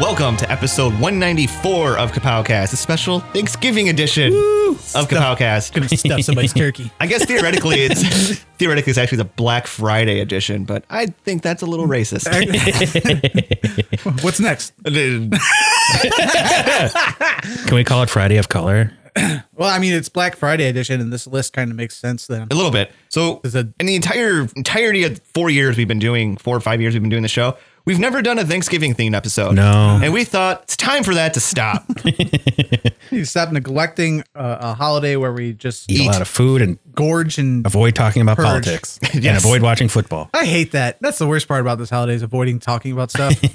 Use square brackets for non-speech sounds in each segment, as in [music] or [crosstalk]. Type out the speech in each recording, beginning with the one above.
Welcome to episode 194 of Kapowcast, a special Thanksgiving edition of Kapowcast. Stuff somebody's [laughs] turkey. I guess theoretically it's theoretically it's actually the Black Friday edition, but I think that's a little racist. [laughs] What's next? Can we call it Friday of Color? Well, I mean, it's Black Friday edition, and this list kind of makes sense then. A little bit. So Is it- in the entire entirety of four years we've been doing, four or five years we've been doing the show, we've never done a Thanksgiving themed episode. No. And we thought it's time for that to stop. [laughs] You stop neglecting uh, a holiday where we just Eat a lot of food and gorge and. avoid talking about Purge. [laughs] politics and Yes. avoid watching football. I hate that. That's the worst part about this holiday is avoiding talking about [laughs] stuff. you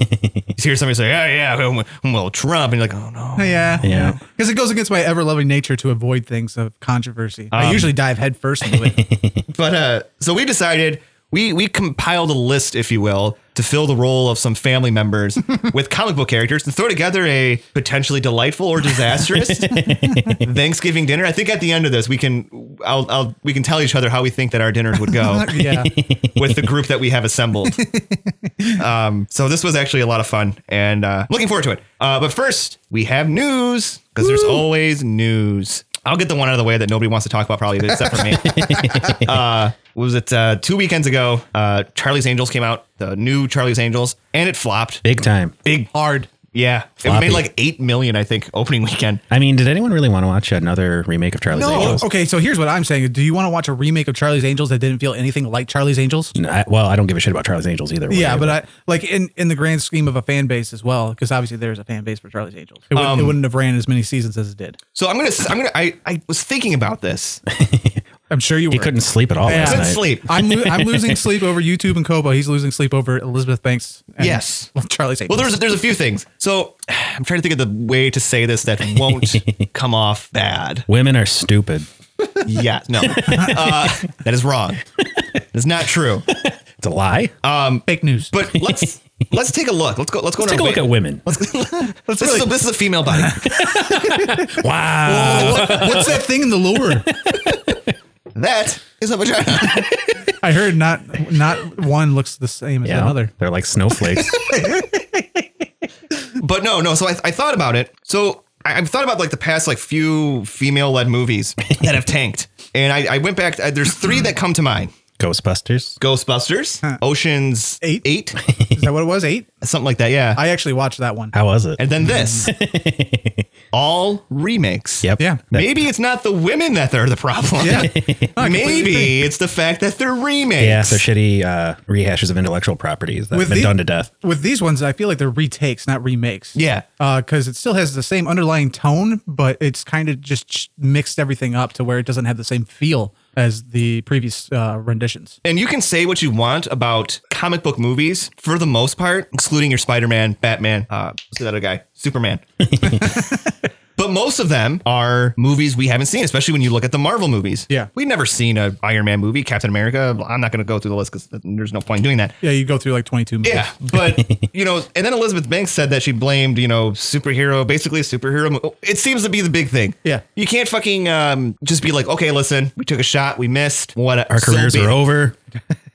hear somebody say, "Oh yeah, well, well, Trump," and you're like, "Oh no." yeah, Yeah. Because it goes against my ever-loving nature to avoid things of controversy. I usually dive headfirst into [laughs] it. But uh, so we decided we we compiled a list, if you will, to fill the role of some family members with comic book characters and throw together a potentially delightful or disastrous Thanksgiving dinner. I think at the end of this, we can I'll, I'll we can tell each other how we think that our dinners would [laughs] go yeah. with the group that we have assembled. Um, so this was actually a lot of fun and uh, looking forward to it. Uh, but first, we have news because there's always news. I'll get the one out of the way that nobody wants to talk about, probably except for me. uh, what was it uh, two weekends ago? Uh, Charlie's Angels came out, the new Charlie's Angels, and it flopped. Big time. Big, Hard. yeah, it Floppy. made like eight million, I think, opening weekend. I mean, did anyone really want to watch another remake of Charlie's Oh, Angels? okay, so here's what I'm saying. Do you want to watch a remake of Charlie's Angels that didn't feel anything like Charlie's Angels? No, I, well, I don't give a shit about Charlie's Angels either. Yeah, way, but I like in in the grand scheme of a fan base as well, because obviously there's a fan base for Charlie's Angels. Um, It wouldn't, it wouldn't have ran as many seasons as it did. So I'm gonna, I'm gonna, I, I was thinking about this. I'm sure you he were. couldn't sleep at all Yeah. last Couldn't night. sleep. I'm lo- [laughs] I'm losing sleep over YouTube and Kobo. He's losing sleep over Elizabeth Banks. And Yes. [laughs] Charlie's Angels. Well, there's there's a few things. So I'm trying to think of the way to say this that [laughs] won't come off bad. Women are stupid. Yeah, no, uh, that is wrong. It's not true. It's a lie. fake news. But let's let's take a look. Let's go. Let's go. Let's on take a our look wa- [laughs] at women. [laughs] This, is a, this is a female [laughs] body. Wow. what's that thing in the lower? That is a vagina. [laughs] I heard not not one looks the same as Yeah. another. They're [laughs] like snowflakes. But no, no. So I, I thought about it. So I, I've thought about like the past like few female led movies that have tanked, and I, I went back. I, there's three that come to mind: Ghostbusters. Ghostbusters, Ocean's Eight? eight, Is that what it was? Eight. something like that. Yeah. I actually watched that [laughs] one. How was it? And then this. All remakes. yep. Yeah. That- Maybe it's not the women that are the problem. [laughs] Yeah. Maybe it's the fact that they're remakes. yeah. So shitty uh, rehashes of intellectual properties that have been the- done to death. With these ones, I feel like they're retakes, not remakes. Yeah. because it still has the same underlying tone, but it's kind of just ch- mixed everything up to where it doesn't have the same feel as the previous uh, renditions. And you can say what you want about comic book movies for the most part, excluding your Spider Man, Batman, uh, who's that other guy? Superman. But most of them are movies we haven't seen, especially when you look at the Marvel movies. Yeah. We've never seen a Iron Man movie, Captain America. I'm not going to go through the list because there's no point in doing that. Yeah, you go through like twenty two movies. Yeah, but you know, and then Elizabeth Banks said that she blamed you know superhero, basically superhero. mo- It seems to be the big thing. Yeah. you can't fucking um, just be like, okay, listen, we took a shot, we missed. What Our careers are over.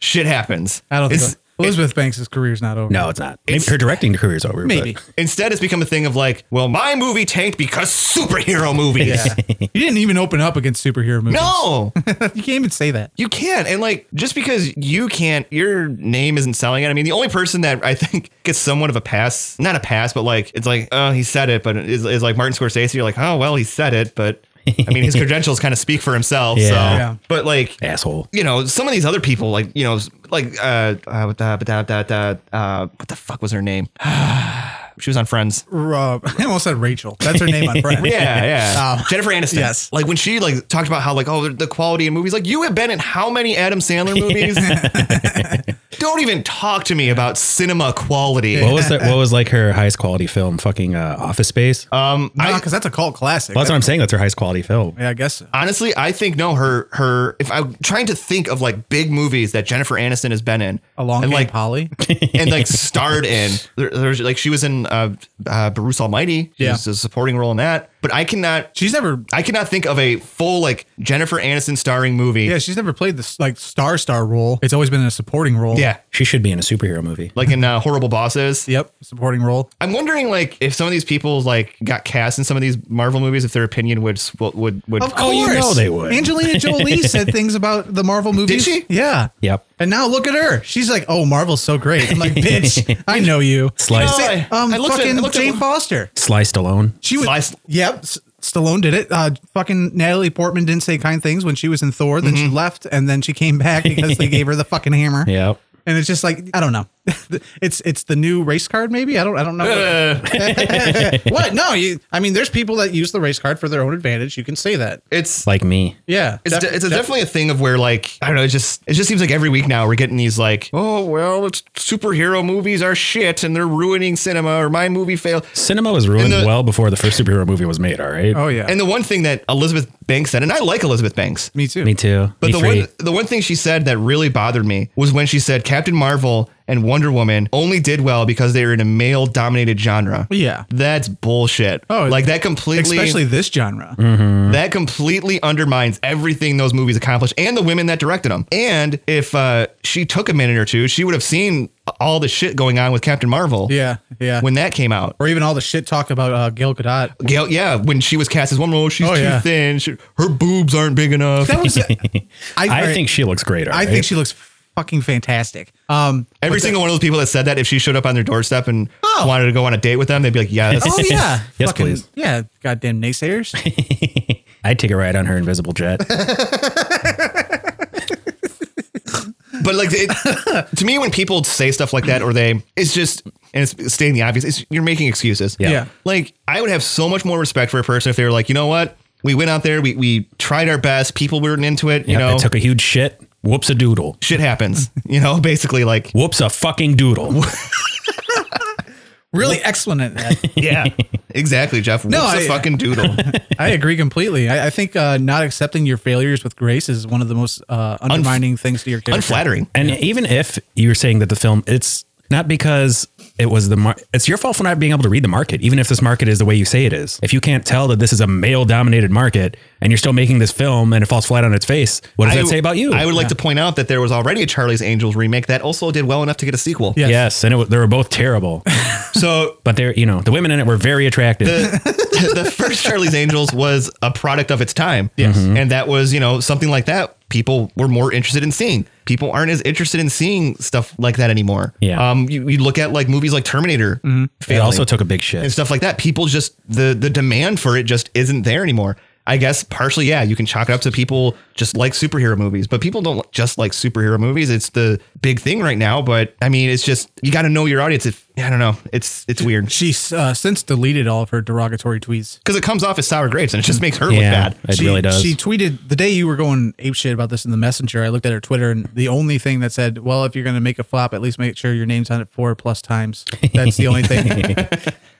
Shit happens. I don't think It's- Elizabeth Banks' career's not over. No, it's not. Maybe her directing career is over. but- maybe Instead, it's become a thing of like, well, my movie tanked because superhero movies. you didn't even open up against superhero [laughs] movies. No, [laughs] you can't even say that. you can't. And like, just because you can't, your name isn't selling it. I mean, the only person that I think [laughs] gets somewhat of a pass, not a pass, but like, it's like, oh, he said it, but is, is like Martin Scorsese. You're like, oh, well, he said it, but I mean, his credentials kind of speak for himself. So, Yeah. Yeah. but like, Asshole. you know, some of these other people, like, you know, like, uh, uh, what the, da, da, da, uh, what the fuck was her name? [sighs] she was on Friends. Rob, uh, [laughs] I almost said Rachel. That's [laughs] her name on Friends. Yeah, [laughs] yeah. Oh. Jennifer Aniston. Yes. Like when she like talked about how like oh the quality in movies. Like you have been in how many Adam Sandler movies? Don't even talk to me about cinema quality. What was that? What was like her highest quality film? Fucking uh, Office Space. No, because that's a cult classic. well, that's what I'm saying. That's her highest quality film. yeah, I guess so. Honestly, I think no. Her her. If I'm trying to think of like big movies that Jennifer Aniston has been in, Along and Came like Polly. and like starred in. There, there's like she was in uh, uh, Bruce Almighty. She Yeah. was a supporting role in that. but I cannot. She's never. I cannot think of a full like Jennifer Aniston starring movie. Yeah, she's never played this like star star role. It's always been in a supporting role. Yeah. She should be in a superhero movie. Like in uh, Horrible Bosses. Yep. Supporting role. I'm wondering like if some of these people like got cast in some of these Marvel movies, if their opinion would sw- would would. Oh, you know they [laughs] would. Angelina Jolie said things about the Marvel movies. she? Yeah. Yep. And now look at her. She's like, "Oh, Marvel's so great." I'm like, "Bitch, I know you." Sliced, You know, I- Um, I looked at- I fucking looked at- Jane Foster. sliced alone. She was. Slice- Yep. S- Stallone did it. Uh, fucking Natalie Portman didn't say kind things when she was in Thor. Then she left, and then she came back because they gave her the fucking hammer. Yep. And it's just like I don't know. [laughs] It's it's the new race card, maybe. I don't I don't know. [laughs] Uh, what? No, you. I mean, there's people that use the race card for their own advantage. You can say that. it's Like me. Yeah. It's, Def- de- it's a def- definitely a thing of where like I don't know. It just it just seems like every week now we're getting these like oh well it's superhero movies are shit and they're ruining cinema or my movie failed. Cinema was ruined And the- well before the first superhero movie was made, all right? oh yeah. And the one thing that Elizabeth Banks said, and I like Elizabeth Banks, me too. Me too. but Me the free. one the one thing she said that really bothered me was when she said Captain Marvel and Wonder Woman only did well because they were in a male dominated genre. Yeah. That's bullshit. Oh, like that completely Especially this genre. Mm. That completely undermines everything those movies accomplished and the women that directed them. And if uh, she took a minute or two, she would have seen all the shit going on with Captain Marvel. Yeah. Yeah. When that came out. or even all the shit talk about uh, Gail Gadot. [laughs] Gail, yeah, when she was cast as Wonder Woman, oh, she's Oh, too yeah. thin. She, her boobs aren't big enough. That was. I, I think she looks great. all I right? think she looks fucking fantastic. [laughs] Um. Every single one of those people that said that, if she showed up on their doorstep and Oh. wanted to go on a date with them, they'd be like, yeah, that's, Oh yeah. Yes, please. Yeah. Goddamn naysayers. [laughs] I'd take a ride on her invisible jet. But like, it, [laughs] to me, when people say stuff like that, or they, it's just, and it's stating the obvious, it's, you're making excuses. Yeah. yeah. Like, I would have so much more respect for a person if they were like, you know what? We went out there, we, we tried our best, people weren't into it, you Yep, know, I took a huge shit. Whoops a doodle. shit happens, [laughs] you know, basically, like, Whoops a fucking doodle. Really excellent at that. yeah, [laughs] exactly, Jeff. What's a I- fucking [laughs] doodle? I agree completely. I, I think uh, not accepting your failures with grace is one of the most uh, undermining things to your character. Unflattering. And even if you're saying that the film, it's not because it was the mar- it's your fault for not being able to read the market even if this market is the way you say it is if you can't tell that this is a male dominated market and you're still making this film and it falls flat on its face what does I- that say about you I would like to point out that there was already a Charlie's Angels remake that also did well enough to get a sequel. Yeah. yes. and it, wa- they were both terrible So but they're you know the women in it were very [laughs] attractive the first Charlie's Angels was a product of its time. Yes. And that was, you know, something like that people were more interested in seeing. People aren't as interested in seeing stuff like that anymore. Yeah. Um, you, you look at like movies like Terminator it failing also took a big and shit stuff like that. People just the the demand for it just isn't there anymore. I guess partially, yeah, you can chalk it up to people just like superhero movies, but people don't just like superhero movies. It's the big thing right now. But I mean, it's just you got to know your audience. If I don't know, it's it's weird She uh, since deleted all of her derogatory tweets. because it comes off as sour grapes and it just makes her yeah look bad. it she, really does She tweeted the day you were going apeshit about this in the messenger. I looked at her Twitter, and the only thing that said, "Well, if you're going to make a flop, at least make sure your name's on it four plus times." That's the only [laughs] thing.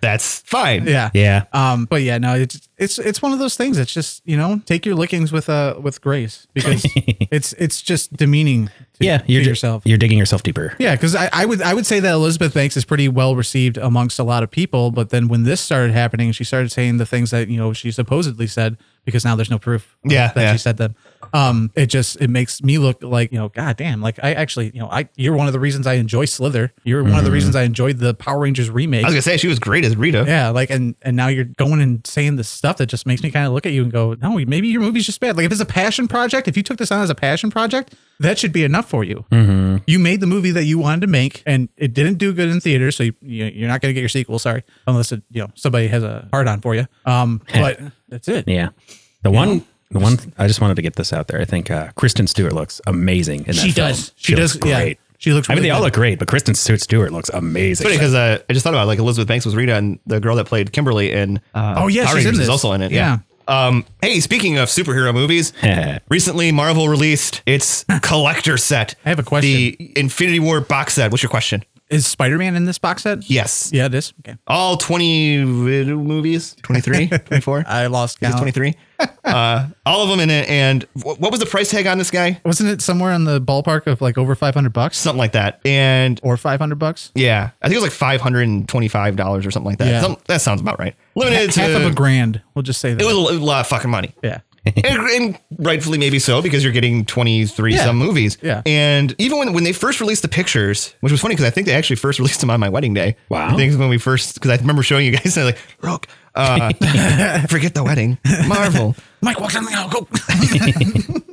That's fine. yeah, yeah Um, but yeah, no, it's it's it's one of those things. It's just you know, take your lickings with uh with grace [laughs] because it's it's just demeaning. To, yeah to you're di- yourself. you're digging yourself deeper [laughs] Yeah, because I, I would I would say that Elizabeth Banks is pretty well received amongst a lot of people, but then when this started happening, she started saying the things that you know she supposedly said because now there's no proof. uh, Yeah, that yeah. she said them. Um, it just it makes me look like you know, god damn, like I actually you know I you're one of the reasons I enjoy Slither. You're one Mm-hmm. of the reasons I enjoyed the Power Rangers remake. I was gonna say she was great as Rita. yeah, like and and now you're going and saying this stuff that just makes me kind of look at you and go, no, maybe your movie's just bad. Like if it's a passion project, if you took this on as a passion project, that should be enough for you. Mm-hmm. You made the movie that you wanted to make, and it didn't do good in theaters, so you, you you're not going to get your sequel. Sorry, unless it, you know somebody has a hard on for you. [laughs] Um, but that's it. yeah the one the one i just wanted to get this out there i think uh kristen stewart looks amazing in that She film. does. She, does. looks great. Yeah, she looks. I mean, really they all good. look great, but Kristen Stewart Stewart looks amazing. Funny because uh, I just thought about it, like Elizabeth Banks was Rita and the girl that played Kimberly in uh, Oh, yeah, Power she's in Rangers is this. also in it. Yeah. Um, hey, speaking of superhero movies, recently Marvel released its collector set. I have a question. The Infinity War box set. What's your question? Is Spider Man in this box set? Yes. Yeah, it is. Okay. All 20 video movies, [laughs] 23, 24. I lost He's count. [laughs] 23. uh, all of them in it. And wh- what was the price tag on this guy? Wasn't it somewhere in the ballpark of like over 500 bucks Something like that. And or 500 bucks? yeah, I think it was like five hundred and twenty-five dollars or something like that. Yeah. Some- that sounds about right. Limited Half to of a grand. We'll just say that. it was a lo- a lot of fucking [laughs] money. yeah. [laughs] and, and rightfully maybe so because you're getting 23 Yeah. some movies Yeah. and even when, when they first released the pictures which was funny because i think they actually first [laughs] released them on my wedding day Wow. i think it's when we first because i remember showing you guys [laughs] and i was like look uh, [laughs] forget the wedding marvel Mike walks down the aisle. Go.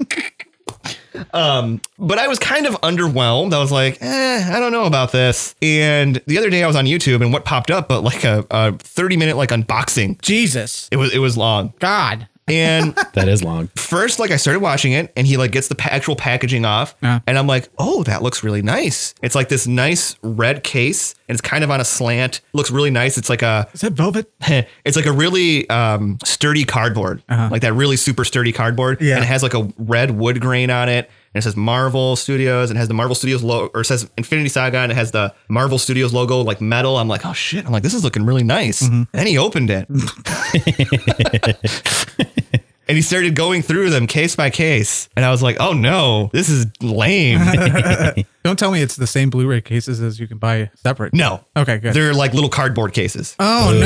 but I was kind of underwhelmed. I was like, eh, I don't know about this. And the other day I was on YouTube and what popped up, but like a, a 30 minute like unboxing. Jesus. It was it was long. God. And [laughs] That is long. first, like I started watching it and he like gets the pa- actual packaging off Yeah. and I'm like, oh, that looks really nice. It's like this nice red case and it's kind of on a slant. Looks really nice. It's like a Is that [laughs] velvet? it's like a really um, sturdy cardboard, like that really super sturdy cardboard. Uh-huh. Yeah. And it has like a red wood grain on it. And it says Marvel Studios and it has the Marvel Studios logo, or it says Infinity Saga and it has the Marvel Studios logo, like metal. I'm like, oh shit. I'm like, this is looking really nice. Mm-hmm. And then he opened [laughs] it. and he started going through them case by case. And I was like, oh no, this is [laughs] lame. Don't tell me it's the same Blu ray cases as you can buy separate. no. Okay, good. They're like little cardboard cases. oh,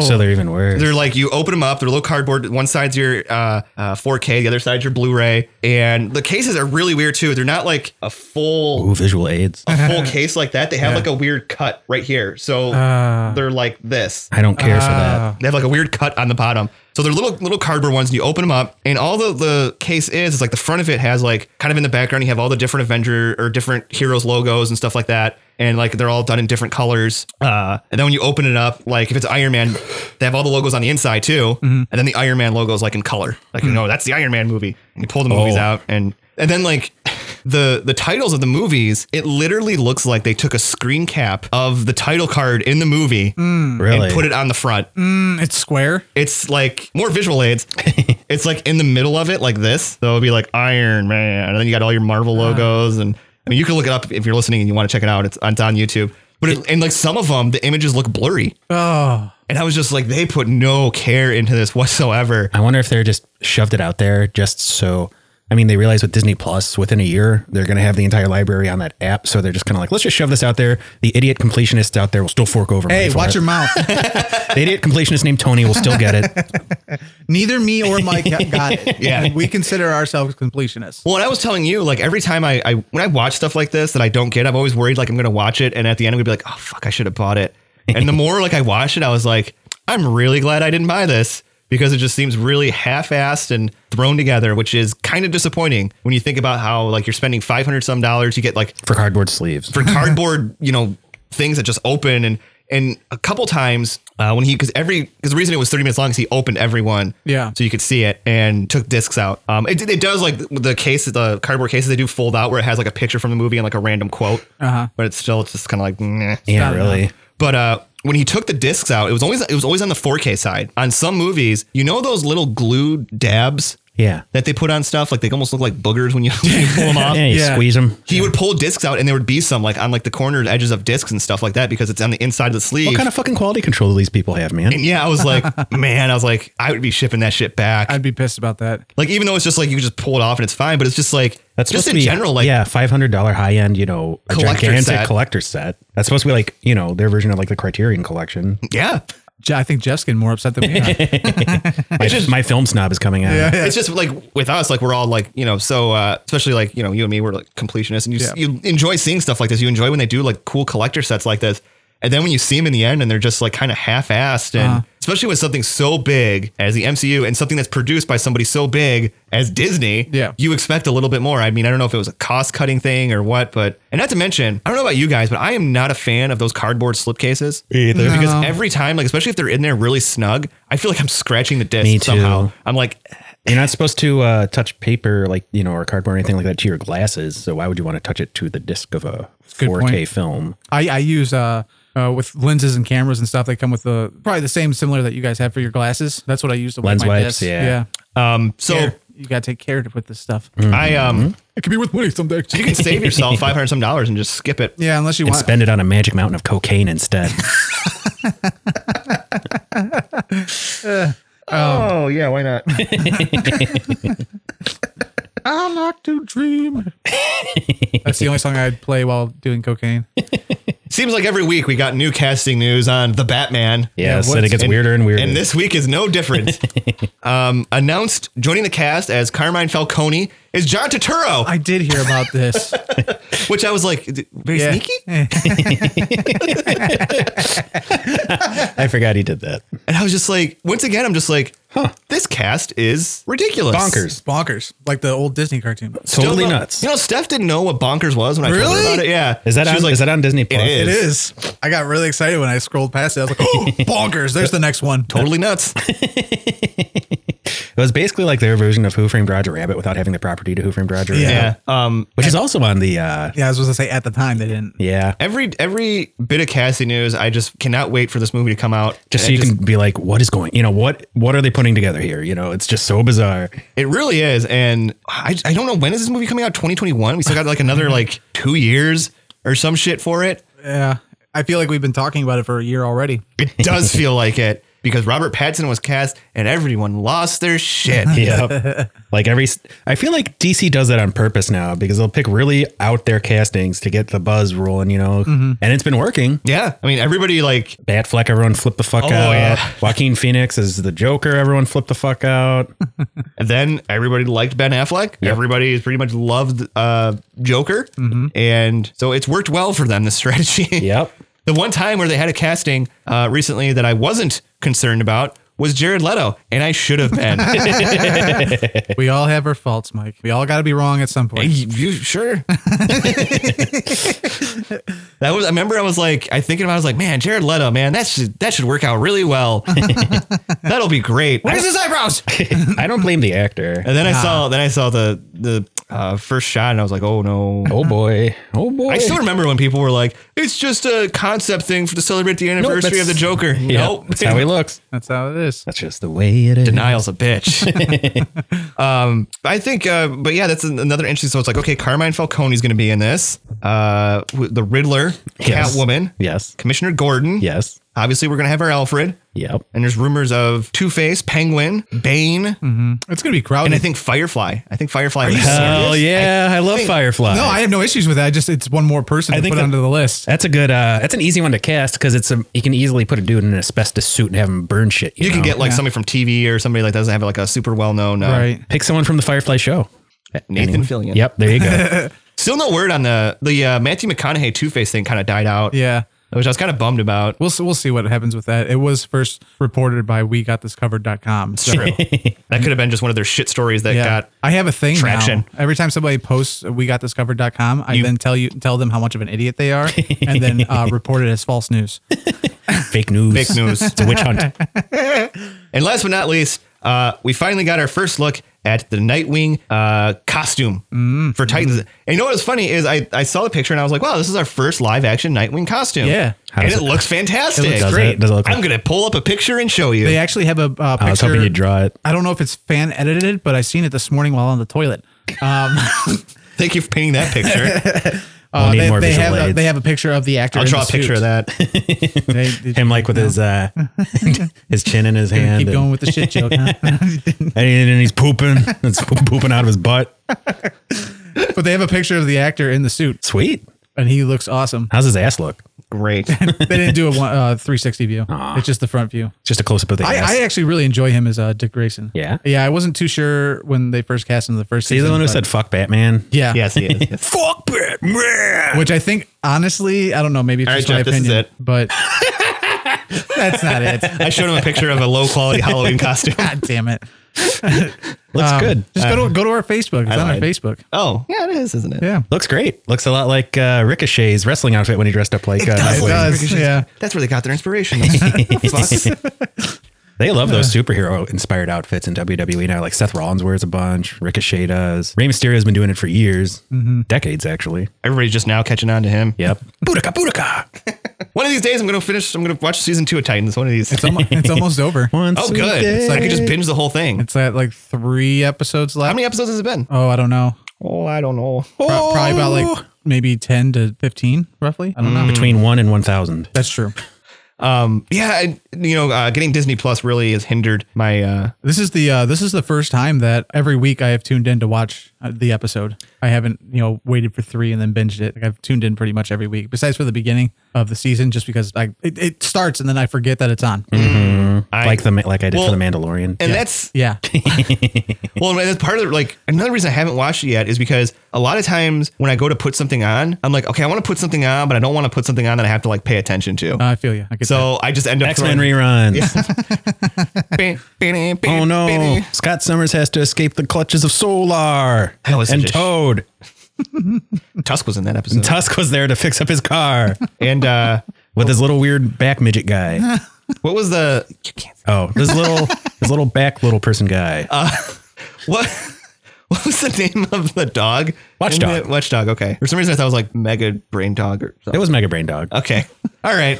no. So they're even worse. They're like you open them up. They're little cardboard. One side's your uh, uh, 4K, the other side's your Blu-ray, and the cases are really weird too. They're not like a full Ooh, visual aids. a full case like that. They have like a weird cut right here, so they're like this. I don't care for Um, that. They have like a weird cut on the bottom. So they're little little cardboard ones. And you open them up, and all the the case is is like the front of it has like kind of in the background you have all the different Avenger or different heroes logos and stuff like that. And like they're all done in different colors. Uh, and then when you open it up, like if it's Iron Man, they have all the logos on the inside too. And then the Iron Man logo is like in color. Like you know that's the Iron Man movie. And you pull the movies Oh. out, and and then like [laughs] the the titles of the movies, it literally looks like they took a screen cap of the title card in the movie Really? and put it on the front Mm, it's square. it's like more visual aids. [laughs] it's like in the middle of it, like this. So it'll be like Iron Man, and then you got all your Marvel logos, and I mean you can look it up if you're listening and you want to check it out. It's, it's on YouTube. But it, and like some of them, the images look blurry, Oh, and I was just like, they put no care into this whatsoever. I wonder if they're just shoved it out there just so. I mean, they realize with Disney Plus, within a year, they're going to have the entire library on that app. So they're just kind of like, let's just shove this out there. The idiot completionists out there will still fork over. money hey, for watch it. your [laughs] mouth. The idiot completionist named Tony will still get it. Neither me or Mike [laughs] got it. Yeah. And we consider ourselves completionists. Well, and I was telling you, like every time I, I when I watch stuff like this that I don't get, I'm always worried like I'm gonna watch it, and at the end I'm gonna be like, oh fuck, I should have bought it. And the more like I watched it, I was like, I'm really glad I didn't buy this because it just seems really half-assed and thrown together, which is kind of disappointing when you think about how like you're spending 500 some dollars, you get like for cardboard sleeves. for cardboard, you know, things that just open and and a couple times uh, when he because every because the reason it was 30 minutes long is he opened everyone Yeah. so you could see it and took discs out um it, it does like the case the cardboard cases they do fold out where it has like a picture from the movie and like a random quote uh-huh. but it's still just kind of like meh. yeah, Not really. But uh, when he took the discs out, it was always it was always on the 4K side. On some movies, you know those little glue dabs Yeah. that they put on stuff, like they almost look like boogers when you, [laughs] when you pull them off. Yeah, you Yeah. squeeze them. He would pull discs out, and there would be some like on like the corner edges of discs and stuff like that because it's on the inside of the sleeve. What kind of fucking quality control do these people have, man? and [laughs] yeah, I was [laughs] like, man, I was like, I would be shipping that shit back. I'd be pissed about that. like even though it's just like you just pull it off and it's fine, but it's just like That's just supposed in to be general, like yeah, five hundred dollar high end, you know, a Collector gigantic set. collector set. That's supposed to be like you know their version of like the [laughs] Criterion collection. yeah. Je- I think Jeff's getting more upset than we are. My, my film snob is coming out. [laughs] It's just like with us, like we're all like, you know, so uh, especially like, you know, you and me, we're like completionists and you, Yeah. you enjoy seeing stuff like this. You enjoy when they do like cool collector sets like this. And then when you see them in the end and they're just like kind of half assed and Uh-huh. especially with something so big as the MCU and something that's produced by somebody so big as Disney, Yeah. you expect a little bit more. I mean, I don't know if it was a cost cutting thing or what, but, and not to mention, I don't know about you guys, but I am not a fan of those cardboard slipcases either because every time, like, especially if they're in there really snug, I feel like I'm scratching the disc Me too. somehow. I'm like, You're not supposed to uh, touch paper, like you know, or cardboard or anything like that to your glasses. So why would you want to touch it to the disc of a good 4K point. film? I, I use uh, uh with lenses and cameras and stuff. They come with the probably the same similar that you guys have for your glasses. That's what I use to wipe Lens my wipes, discs. yeah. Um, so Here, you got to take care of with this stuff. I um, Oh. It could be worth money someday. Mm-hmm. you can save yourself five hundred some dollars and just skip it. yeah, unless you and want. spend it on a magic mountain of cocaine instead. [laughs] Oh yeah, why not? I like to dream. That's the only song I'd play while doing cocaine. [laughs] Seems like every week we got new casting news on the Batman. yes, what's- and it gets weirder and weirder. And this week is no [laughs] different. um, announced joining the cast as Carmine Falcone is John Turturro, I did hear about this. which I was like, d- very Yeah. sneaky. I forgot he did that. And I was just like, once again, I'm just like, this cast is ridiculous. Bonkers. It's bonkers, like the old Disney cartoon. Still Totally don't- nuts. You know, Steph didn't know what bonkers was when I told her Really? about it. Yeah. Is that She on, was like, is that on Disney Plus? is. It is. I got really excited when I scrolled past it. I was like, oh, bonkers. There's the next one. totally [laughs] nuts? It was basically like their version of Who Framed Roger Rabbit without having the property to Who Framed Roger Yeah. Rabbit, yeah. Um, which is also on the. uh Yeah, I was supposed to say at the time they didn't. Yeah, every every bit of casting news, I just cannot wait for this movie to come out. just so And you it can be like, what is going? You know what? What are they putting together here? You know, it's just so bizarre. It really is, and I, I don't know when is this movie coming out. Twenty twenty one. We still got like another like two years or some shit for it. Yeah. I feel like we've been talking about it for a year already. It [laughs] does feel like it because Robert Pattinson was cast and everyone lost their shit. [laughs] Yeah, like every. I feel like DC does that on purpose now because they'll pick really out their castings to get the buzz rolling. You know, and it's been working. yeah, I mean everybody like Batfleck, everyone flip the fuck out. yeah. Joaquin Phoenix is the Joker. Everyone flip the fuck out. And then everybody liked Ben Affleck. Everybody has pretty much loved uh, Joker, Mm-hmm. and so it's worked well for them. This [laughs] strategy. Yep. [laughs] The one time where they had a casting uh, recently that I wasn't concerned about was Jared Leto, and I should have been. We all have our faults, Mike. We all got to be wrong at some point. You- you- sure? [laughs] that was. I remember. I was like, I thinking about. I was like, man, Jared Leto, man, that should that should work out really well. That'll be great. Where's his eyebrows? I don't blame the actor. [laughs] And then I saw. Then I saw the the uh, first shot, and I was like, oh no. Oh boy. Oh boy. I still remember when people were like, "It's just a concept thing for to celebrate the anniversary that's- of the Joker." Yeah, Nope, That's how he looks. That's how it is. That's just the way it is. Niall's a bitch. [laughs] um, I think, uh, but yeah, that's an- another interesting. So it's like, okay, Carmine Falcone is going to be in this. Uh, w- the Riddler, Yes. Catwoman, Yes. Commissioner Gordon. Yes. Obviously, we're going to have our Alfred. Yep. And there's rumors of Two Face, Penguin, Bane, Mm-hmm. It's going to be crowded. and Oh, I think Firefly. I think Firefly. is- Hell yeah. I, love Firefly. no, I have no issues with that. I just, it's one more person I to think put that- onto the list. that's a good. uh That's an easy one to cast because it's a. You can easily put a dude in an asbestos suit and have him burn shit. You, You can know? get like somebody from TV or somebody like that doesn't have like a super well known uh, Right. pick someone from the Firefly show. Nathan Fillion. Yep. There [laughs] you go. Still no word on the the uh, Matthew McConaughey Two Face thing. Kind of died out, Yeah. which I was kind of bummed about. We'll see, we'll see what happens with that. It was first reported by wegotThiscovered.com. So, True. [laughs] that could have been just one of their shit stories that yeah. got. I have a thing traction. now. Every time somebody posts wegotdiscovered.com, I You- then tell you tell them how much of an idiot they are and [laughs] then uh, report it as false news. Fake news. Fake news. it's a witch [laughs] hunt. And last but not least, uh, we finally got our first look at the Nightwing uh, costume for Titans. And you know what was funny is I, I saw the picture and I was like, wow, this is our first live action Nightwing costume. Yeah. How and does it, it- looks fantastic. It looks Does great. it? Does it look I'm like- gonna pull up a picture and show you. They actually have a uh, picture. I was hoping you'd draw it. I don't know if it's fan edited, but I seen it this morning while on the toilet. Um, Thank you for painting that picture. uh, need they, more they visual have a, aids. they have a picture of the actor. I'll in draw the a picture of suit. that. They, they [laughs] Him like with [laughs] his uh his chin in his hand. keep and- going with the shit joke. [laughs] huh? and, and he's pooping. It's poop- pooping out of his butt. but they have a picture of the actor in the suit, Sweet. and he looks awesome. How's his ass look? Great. They didn't do a one, uh, 360 view. It's just the front view. Just a close up of the ass. I, I actually really enjoy him as uh, Dick Grayson. Yeah? yeah. I wasn't too sure when they first cast him the first. He's season, the one who but- said "fuck Batman." yeah, [laughs] yes, he is. Fuck Batman. Which I think, honestly, I don't know. Maybe it's All right, just my Jeff, this is opinion, it. [laughs] but that's not it. I showed him a picture of a low [laughs] quality Halloween costume. God damn it. Looks Um, good. Just go to go to our Facebook. It's on our lied. Facebook. Oh, yeah, it is, isn't it? Yeah. Looks great. Looks a lot like uh, Ricochet's wrestling outfit when he dressed up like. Uh, does. Nightwing. does. Yeah. That's where they got their inspiration. Fuck. They love those superhero inspired outfits in WWE now. Like Seth Rollins wears a bunch, Ricochet does. Rey Mysterio has been doing it for years, decades actually. Everybody's just now catching on to him. Yep. [laughs] Boudica, Boudica. One of these days, I'm gonna finish. I'm gonna watch season two of Titans. One of these. It's, almo- it's [laughs] almost over. Once [laughs] Oh, good. again. So I could just binge the whole thing. It's at like three episodes left. How many episodes has it been? oh, I don't know. Oh, I don't know. Pro- Probably about like maybe 10 to 15, roughly. I don't know. between one and one thousand. That's true. Um, yeah, and, you know, uh, getting Disney Plus really has hindered my. Uh, This is the uh, this is the first time that every week I have tuned in to watch uh, the episode. I haven't you know waited for three and then binged it. Like I've tuned in pretty much every week, besides for the beginning of the season, just because I it, it starts and then I forget that it's on. Mm-hmm. I Like the ma- like I did Well, for the Mandalorian. and Yeah. that's [laughs] Yeah, Well, and that's part of the, like another reason I haven't watched it yet is because a lot of times when I go to put something on, I'm like, okay, I want to put something on, but I don't want to put something on that I have to like pay attention to. I feel you. I get that. so I just end up X Men throwing- [laughs] reruns. Bing, bing, bing, [laughs] Oh no! bing. Scott Summers has to escape the clutches of Solar That was and such a sh- Toad. Tusk was in that episode, [laughs] Tusk was there to fix up his [laughs] car and uh, with his little weird back midget guy. what was the you can't, Oh, this little [laughs] his little back little person guy. Uh, what? [laughs] What was the name of the dog? Watchdog. In the- Watchdog. Okay. For some reason, I thought it was like Mega Brain Dog or it something. was Mega Brain Dog. uh, Okay. All right.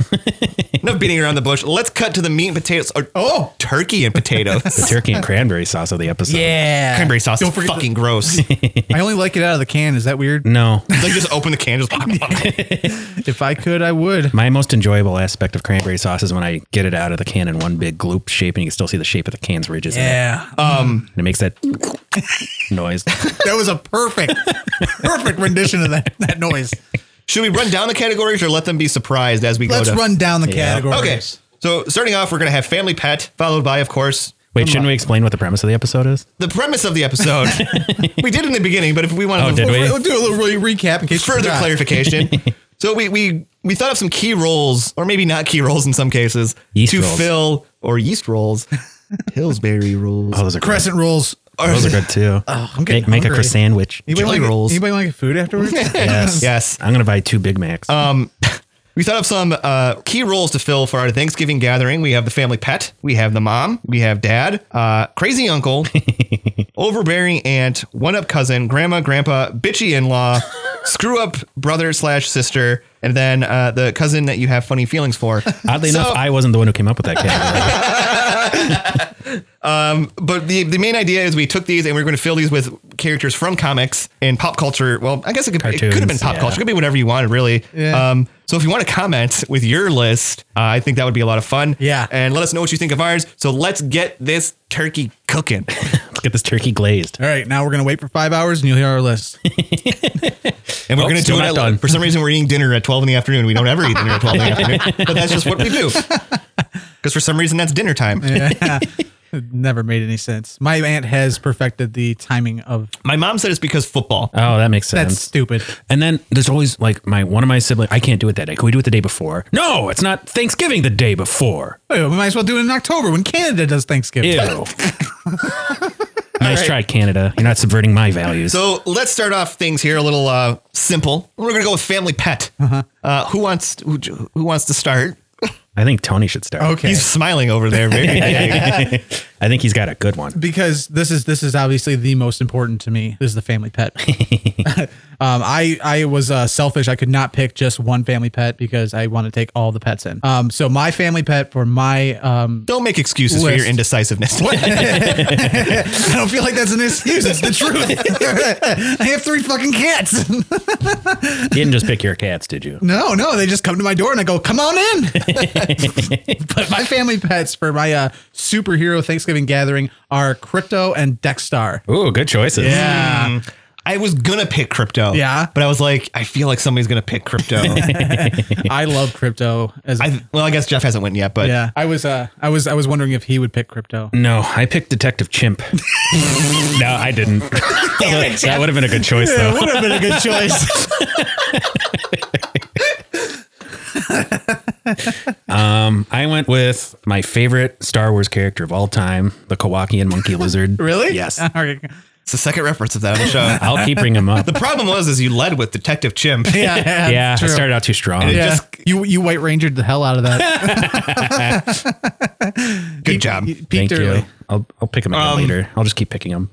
Enough beating around the bush. Let's cut to the meat and potatoes. Or, oh, turkey and [laughs] potatoes. Turkey and cranberry sauce of the uh, episode. yeah, Cranberry sauce Don't is forget fucking gross. I only like it out of the can. Is that weird? Mm-hmm. No, like just open the can, just [laughs] If I could, I would. my most enjoyable aspect of cranberry sauce is when I get it out of the can in one big gloop shape, and you can still see the shape of the can's ridges. in it. Yeah, and it [laughs] makes that noise. Uh, that was a perfect, [laughs] perfect rendition of that [laughs] that noise. Should we run down the categories or let them be surprised as we Let's go? to- run down the categories. Okay. So starting off, we're gonna have family pet, followed by, of course, Wait, shouldn't we explain what the premise of the episode is? the premise of the episode. we did in the beginning, but if we want Oh, to did we? We'll do a little really recap in case you further forgot. clarification, so we we we thought of some key roles, or maybe not key roles in some cases, Yeast to rolls. fill or yeast rolls, Hillsbury rolls, Oh, those are good. Crescent rolls. Oh, Those are good too. I'm getting make, make a hungry. croissant sandwich. Anybody Jelly want, rolls. Anybody want to get food afterwards? [laughs] Yes. yes. I'm gonna buy two Big Macs. Um, We thought of some uh, key roles to fill for our Thanksgiving gathering. We have the family pet, we have the mom, we have dad, uh, crazy uncle, overbearing aunt, one up cousin, grandma, grandpa, bitchy in law, screw up brother slash sister, and then uh, the cousin that you have funny feelings for. Oddly enough, I wasn't the one who came up with that category. but the, the main idea is we took these and we are going to fill these with characters from comics and pop culture. Well, I guess it could, it could have been Cartoons, pop yeah. culture. It could be whatever you wanted, really. Yeah. Um, so if you want to comment with your list, uh, I think that would be a lot of fun. Yeah. And let us know what you think of ours. So let's get this turkey cooking. Let's [laughs] get this turkey glazed. All right, now we're gonna wait for five hours and you'll hear our list. And we're Oh, going to do still it not at, done. For some reason, we're eating dinner at 12 in the afternoon. We don't ever eat dinner at 12 in the afternoon, but that's just what we [laughs] do. Because for some reason, that's dinner time. It [laughs] Never made any sense. My aunt has perfected the timing of My mom said it's because football. Oh, that makes that's sense. stupid. and then there's always like my one of my siblings. I can't do it that day. Can we do it the day before? No, it's not Thanksgiving the day before. Wait, Oh, we might as well do it in October when Canada does Thanksgiving. [laughs] Ew. nice try, Canada. You're not subverting my values. So let's start off things here a little uh, simple. We're gonna go with family pet. Uh-huh. who wants who, who wants to start? I think Tony should start. Okay. He's smiling over there. [laughs] Baby. I think he's got a good one. because this is this is obviously the most important to me. This is the family pet. [laughs] um, I I was uh, selfish. I could not pick just one family pet because I want to take all the pets in. Um, so my family pet for my um, Don't make excuses for List. your indecisiveness. [laughs] I don't feel like that's an excuse. It's the truth. [laughs] I have three fucking cats. You didn't just pick your cats, did [laughs] you? No, no, they just come to my door and I go, "Come on in." but my family pets for my uh, superhero Thanksgiving gathering are Crypto and Dexstar. Ooh, good choices. Yeah, I was gonna pick crypto. Yeah. but I was like, I feel like somebody's gonna pick [laughs] crypto. I love Crypto. As a- I, well, I guess Jeff hasn't went yet, but yeah, I was, uh, I was, I was wondering if he would pick Crypto. No, I picked Detective Chimp. [laughs] no, I didn't. [laughs] that would have been a good choice, though. would have been a good choice. I went with my favorite Star Wars character of all time, the [laughs] Kowakian monkey [laughs] lizard. really? [laughs] Yes. All right. it's the second reference of that on the [laughs] show. I'll keep bringing him up. the problem was is you led with Detective Chimp. Yeah. Yeah. Yeah, I true. started out too strong. it Yeah. just- you you white rangered the hell out of that. Good Good job. Peaked Thank early. you. I'll, I'll pick them again Um, later. I'll just keep picking [laughs] them.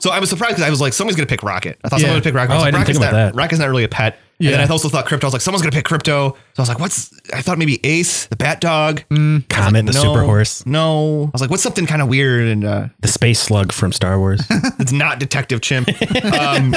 So I was surprised because I was like, somebody's gonna pick Rocket. I thought Yeah. someone would pick Rocket. Oh, was I like, didn't think Rocket's about not, that. Rocket's not really a pet. And then Yeah. I also thought crypto. I was like, someone's gonna pick crypto. So I was like, what's? I thought maybe Ace, the Bat Dog, Comet, Mm, No, the super horse, No, I was like, what's something kind of weird and uh, the space slug from Star [laughs] Wars. it's not Detective [laughs] Chimp. um,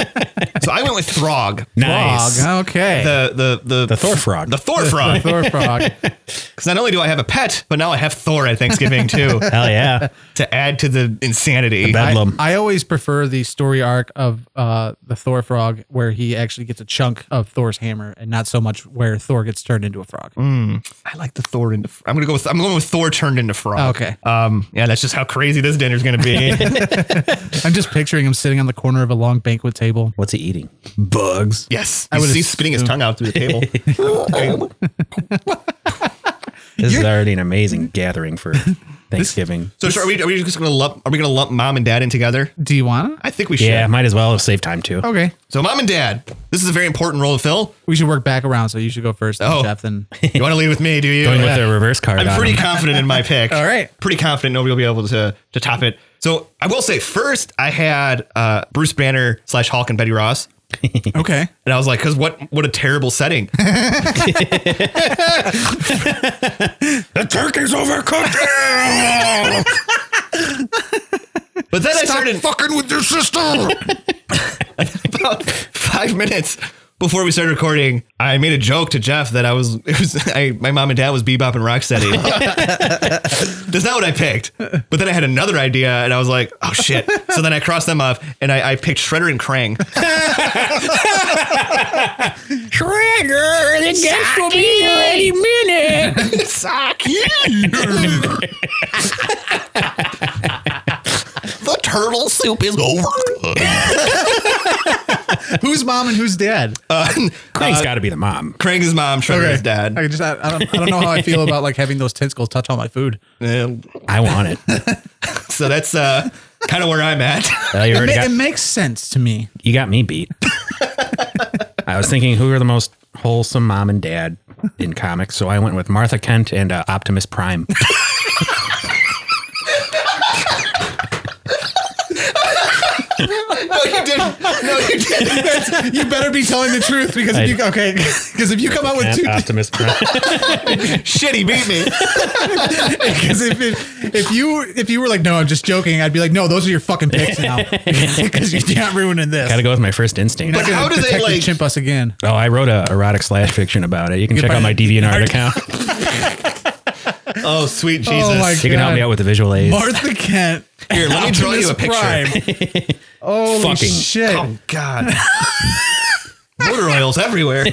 so I went with Throg. nice. Frog. Okay. The the the The Thor frog. The Thor frog. [laughs] Thor frog. Because not only do I have a pet, but now I have Thor at Thanksgiving [laughs] too. Hell yeah. to add to the insanity. bad- I, Bedlam. I always prefer the story arc of uh, the Thor frog, where he actually gets a chunk of Thor's hammer, and not so much where Thor gets turned into a frog. I like the Thor into. I'm gonna go with. I'm going with Thor turned into Oh, frog. Okay. Um. Yeah. That's just how crazy this dinner's gonna [laughs] be. I'm just picturing him sitting on the corner of a long banquet table. What's he eating? Bugs. yes. I I would he's spitting his tongue out through the [laughs] table. This is already an amazing gathering [laughs] for Thanksgiving. so sure, are we? Are we just gonna lump? Are we gonna lump mom and dad in together? Do you want to? I think we should. yeah, might as well save time too. Okay. So mom and dad, this is a very important role to fill. We should work back around, so you should go first, Oh. oh. Jeff. Then You want to lead with me? Do you? Going Yeah. with the reverse card. I'm on pretty him. confident in [laughs] my pick. All right. Pretty confident nobody will be able to to top it. So I will say first, I had uh, Bruce Banner slash Hulk and Betty Ross. [laughs] okay. And I was like, because what? What a terrible setting. [laughs] the turkey's overcooked. [laughs] But then I started fucking with [laughs] your sister. about five minutes before we started recording. I made a joke to Jeff that I was, it was I, my mom and dad was bebop and rocksteady. [laughs] That's not what I picked. But then I had another idea, and I was like, oh shit. So then I crossed them off, and I, I picked Shredder and Krang. Trigger, the guest will be here any minute. The turtle soup is over. Who's mom and who's dad? Craig's got to be the mom. Krang's mom, Shredder's dad. I just I, I, don't, I don't know how I feel about like having those tentacles touch all my food. Um, I want [laughs] it. So that's uh, kind of where I'm at. Uh, you, It, already ma- got, it makes sense to me. you got me beat. I was thinking who are the most wholesome mom and dad in comics, so I went with Martha Kent and uh, Optimus [laughs] Prime. no, you didn't. No, you didn't. [laughs] You better be telling the truth because if you okay [laughs] because if you come out with And two Optimus Prime. [laughs] Shit, he beat me. because if, if if you if you were like no I'm just joking I'd be like no those are your fucking picks now [laughs] because you're not ruining this. [laughs] Gotta go with my first instinct. But how do they, Detective like- chimp us again? Oh, I wrote a erotic slash fiction about it. You can check out find my it- DeviantArt account. Oh, sweet Jesus. my You can help me out with the visual aids. Martha Kent. Here, let me draw you a picture. [laughs] Oh Fucking- shit! Oh God. [laughs] Motor oils [laughs] everywhere.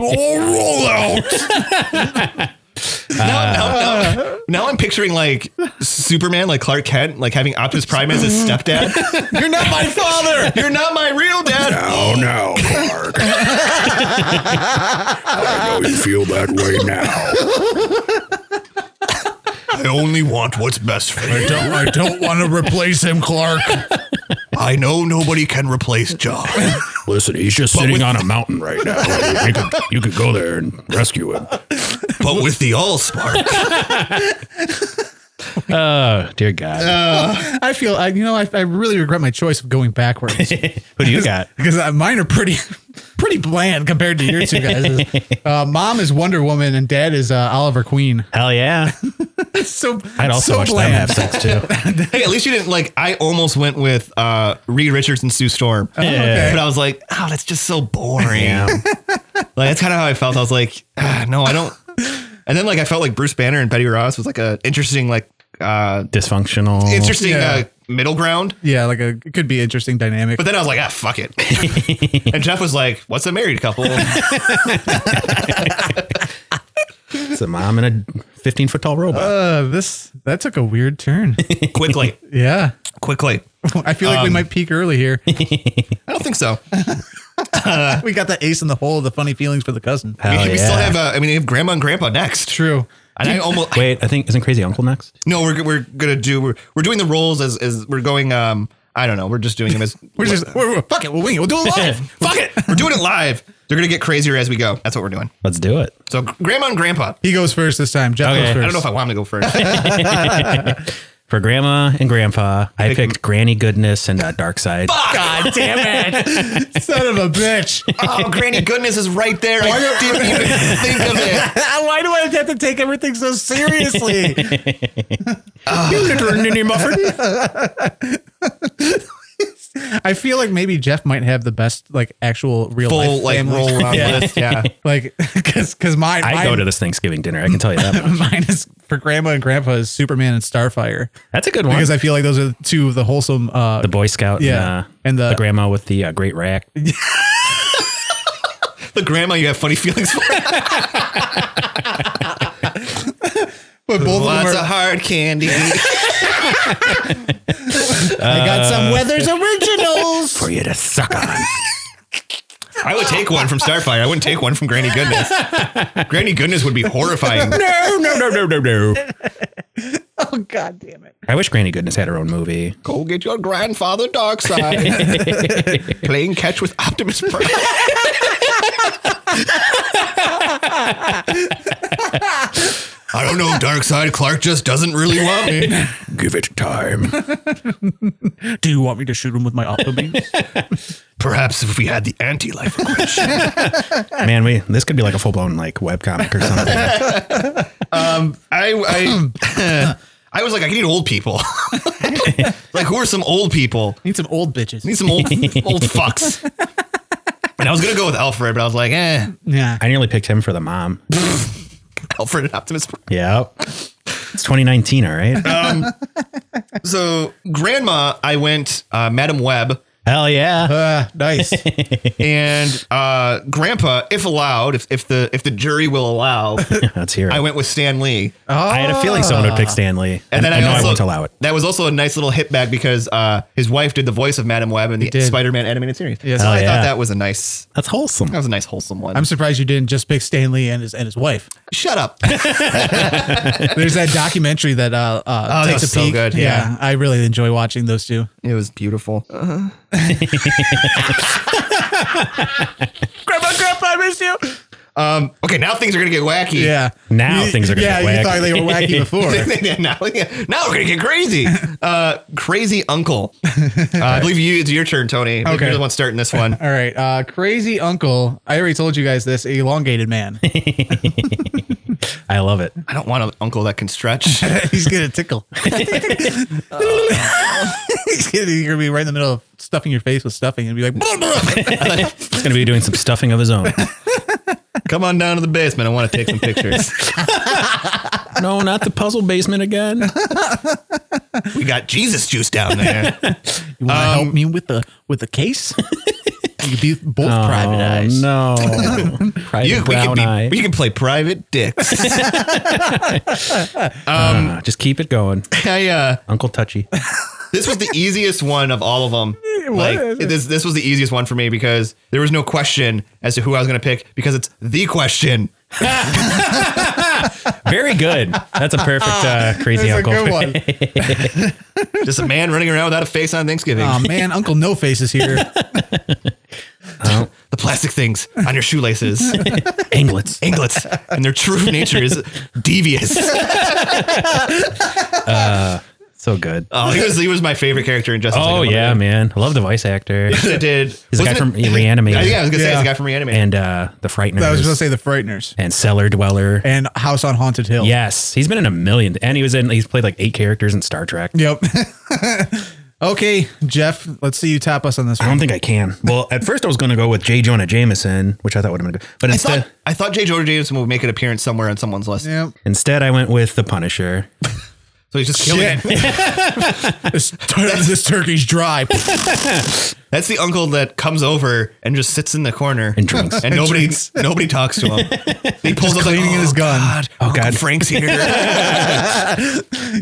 Oh, roll out. Now, now, now, now I'm picturing like Superman, like Clark Kent, like having Optimus Prime as his [laughs] stepdad. You're not my father. You're not my real dad. Oh [laughs] no, Clark. I know you feel that way now. I only want what's best for you. don't, I don't want to replace him, Clark. I know nobody can replace John. Listen, he's just sitting on a mountain right [laughs] now. You could, you could go there and rescue him. But with the all spark. [laughs] Oh, dear God. Uh, I feel, I, you know, I, I really regret my choice of going backwards Who do you got? because uh, mine are pretty, [laughs] pretty bland compared to your two guys. Uh, Mom is Wonder Woman and Dad is uh, Oliver Queen. Hell yeah. So I'd also so watch them have bland. sex too. [laughs] [laughs] hey, at least you didn't like. I almost went with uh, Reed Richards and Sue Storm, Oh, Yeah. but I was like, oh, that's just so boring. Like that's kind of how I felt. I was like, [sighs] ah, no, I don't. And then like I felt like Bruce Banner and Betty Ross was like a interesting like uh Dysfunctional. interesting uh, Yeah. middle ground. Yeah, like a, it could be interesting dynamic. But then I was like, ah, fuck it. and Jeff was like, what's a married couple? It's a mom and a 15 foot tall robot. uh, this that took a weird turn. quickly, yeah, quickly. I feel like we might peak early here. I don't think so. we got the ace in the hole of the funny feelings for the cousin. we, Hell we still yeah. have. Uh, I mean, we have Grandma and Grandpa next. True. And I almost Wait, I think, isn't Crazy Uncle next? no. We're we're gonna do. We're, we're doing the roles as as we're going. Um, I don't know. We're just doing them as [laughs] We're just we're, we're, fuck it. We'll wing it. We'll do it live. Fuck it. We're doing it live. They're gonna get crazier as we go. That's what we're doing. Let's do it. So grandma and grandpa. [laughs] He goes first this time. Jeff Okay. goes I first. I don't know if I want him to go first. For grandma and grandpa, I picked Granny Goodness and uh, Dark Side. God damn it! Son of a bitch. [laughs] Oh, Granny Goodness is right there. I didn't even think of [laughs] it. Why do I have to take everything so seriously? [laughs] I feel like maybe Jeff might have the best like actual real Full life like family. roll around [laughs] yeah. list. Yeah. like because because mine I go to this Thanksgiving dinner. I can tell you that. much. [laughs] mine is for grandma and grandpa is Superman and Starfire That's a good one. because I feel like those are two of the wholesome uh the Boy Scout Yeah. and, uh, And the- the grandma with the uh, great rack. The grandma you have funny feelings for. but both of Lots them of are, hard [laughs] candy. I got some [laughs] Weathers originals. For you to suck on. I would take one from Starfire. I wouldn't take one from Granny Goodness. Granny Goodness would be [laughs] horrifying. [laughs] no, no, no, no, no, no. oh god damn it. I wish Granny Goodness had her own movie. Go get your grandfather dark side. [laughs] Playing catch with Optimus Prime. I don't know, Dark Side. Clark just doesn't really want me. Give it time. Do you want me to shoot him with my Optimus? Perhaps if we had the anti-life equation. Man, we this could be like a full blown like webcomic or something. [laughs] I I, I was like, I need old people. [laughs] like, who are some old people? [laughs] Need some old bitches. I need some old old fucks. And I was gonna go with Alfred, but I was like, eh, yeah. I nearly picked him for the mom. Alfred and Optimus. Prime. Yep. It's 2019, all right? So, Grandma, I went uh, Madam Web, Hell yeah. Uh, nice. and uh, Grandpa, if allowed, if, if the if the jury will allow, Let's hear it. I went with Stan Lee. I had a feeling someone would pick Stanley. And then I, know also, I won't allow it. That was also a nice little hit back because uh, his wife did the voice of Madam Web in the did. Spider-Man animated series. Yes. so Hell I yeah. thought that was a nice That's wholesome. that was a nice wholesome one. I'm surprised you didn't just pick Stanley and his and his wife. Shut [laughs] up. There's that documentary that uh, uh Oh, that takes was a so peek. good, yeah. I really enjoy watching those two. It was [laughs] beautiful. Grandpa, Grandpa, I miss you. Um, okay, now things are gonna get wacky. Yeah. Now You- things are gonna yeah, get you wacky. thought they were wacky [laughs] before. now, yeah, now we're gonna get crazy. Uh, crazy uncle. Uh, I believe you. It's your turn, Tony. Okay. You're the one starting this one. All right, uh, crazy uncle. I already told you guys this. Elongated man. I love it. I don't want an uncle that can [laughs] stretch. He's gonna [laughs] tickle. He's gonna, you're gonna be right in the middle of stuffing your face with stuffing and be like, He's going to be doing some stuffing of his own. Come on down to the basement. I want to take some pictures. [laughs] no, not the puzzle [laughs] basement again. we got Jesus juice down [laughs] there. "You want to help me with the with the case? Um, [laughs] Oh, you be both private eyes. Oh, [laughs] No. Private You, we can brown be, eye. we can play private dicks. [laughs] Uh, Um, just keep it going. I, uh, Uncle Touchy. this was the easiest one of all of [laughs] them. Like this, this was the easiest one for me because there was no question as to who I was gonna pick because it's the question. Very good. That's a perfect uh, crazy Ah, That's a uncle. good [laughs] one. Just a man running around without a face on Thanksgiving. Um, Oh man, Uncle No Face is [laughs] here. the plastic things on your [laughs] shoelaces, [laughs] Anglets. anglets, and their true nature is devious. So good. Oh, he was he was my favorite character in Justice. Oh League. I yeah, love man. I love the voice [laughs] actor. it. I did. He's a guy Wasn't from it- Reanimator. [laughs] Yeah, I was gonna say it's Yeah. a guy from Reanimator. and uh the Frighteners I was gonna say the Frighteners and Cellar Dweller. and House on Haunted Hill. Yes, he's been in a million, and he was in. He's played like eight characters in Star Trek. Yep. [laughs] okay, Jeff. Let's see you top us on this I one. don't think I can. Well, at first I was going to go with J. Jonah Jameson, which I thought would have been good, but I thought instead, I thought J. Jordan Jameson would make an appearance somewhere on someone's list. [laughs] Yep. instead I went with the Punisher. So he's just killing it. this, this turkey's [laughs] dry. That's the uncle that comes over and just sits in the corner And drinks. and nobody [laughs] nobody talks to him. He pulls up cleaning like, oh, his gun." God, Uncle God. Frank's here.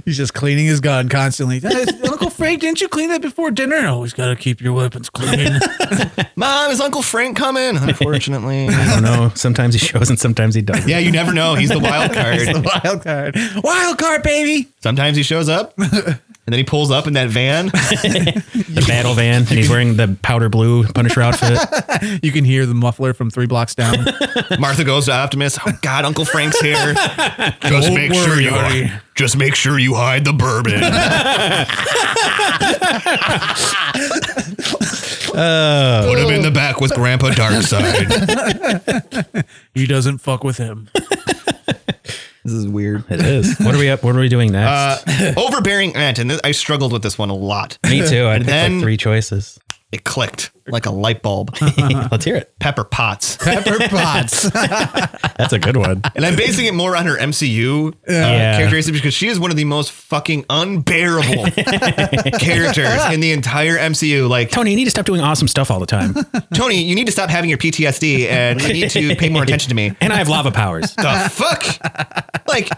He's just cleaning his gun constantly. [laughs] Uncle Frank, didn't you clean that before dinner? Always got to keep your weapons [laughs] clean. [laughs] Mom, is Uncle Frank coming? Unfortunately, I don't know. Sometimes he shows and sometimes he [laughs] doesn't. yeah, you never [laughs] know. He's the wild card. Wild card. Wild card, baby. Sometimes he shows up, and and then he pulls up in that van. The battle van, and he's wearing the powder blue Punisher outfit. You can hear the muffler from three blocks down. Martha goes to Optimus. Oh God, Uncle Frank's [laughs] here. Just make sure worry, you Artie. just make sure you hide [laughs] the bourbon. Put him Oh. in the back with Grandpa [laughs] Darkside. he doesn't fuck with him. [laughs] This is weird. Uh, It is. What are we up? What are we doing next? Overbearing aunt, and this, I struggled with this one a lot. Me too. I think then- like [laughs] three choices. It clicked like a light bulb. Let's hear it. Pepper Potts, [laughs] Pepper Potts. That's a good one. [laughs] and I'm basing it more on her MCU uh, Yeah. characteristics because she is one of the most fucking unbearable [laughs] characters in the entire MCU. Like Tony, you need to stop doing awesome stuff all the time. Tony, you need to stop having your PTSD, and you need to pay more attention to me. And I have [laughs] lava powers. the fuck? Like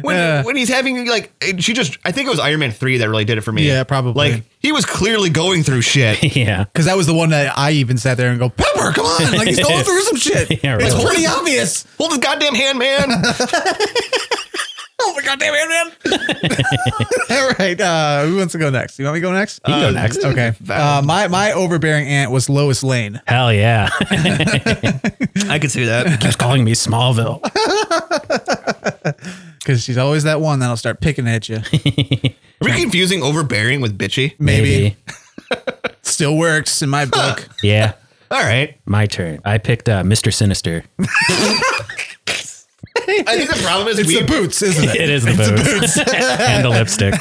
when when he's having like she just I think it was Iron Man three that really did it for me. Yeah, probably. Like he was clearly going through [laughs] shit. Yeah. Because that was the one that I even sat there and go, Pepper, come on. Like he's going through some shit. [laughs] Yeah, right. It's pretty obvious. Hold his goddamn hand, man. Oh my goddamn man. [laughs] All right. Uh, who wants to go next? You want me to go next? You go next. [laughs] Okay. Uh, my my overbearing aunt was Lois Lane. Hell [laughs] yeah. I could see that. Keeps calling me Smallville. Because she's always that one that'll start picking at [laughs] you. Are we confusing overbearing with bitchy? Maybe. Still works in my [laughs] book. Yeah. All right. My turn. I picked uh, Mr. Sinister. I think the problem is It's we the boots, isn't [laughs] it? It is the boots. [laughs] and the lipstick.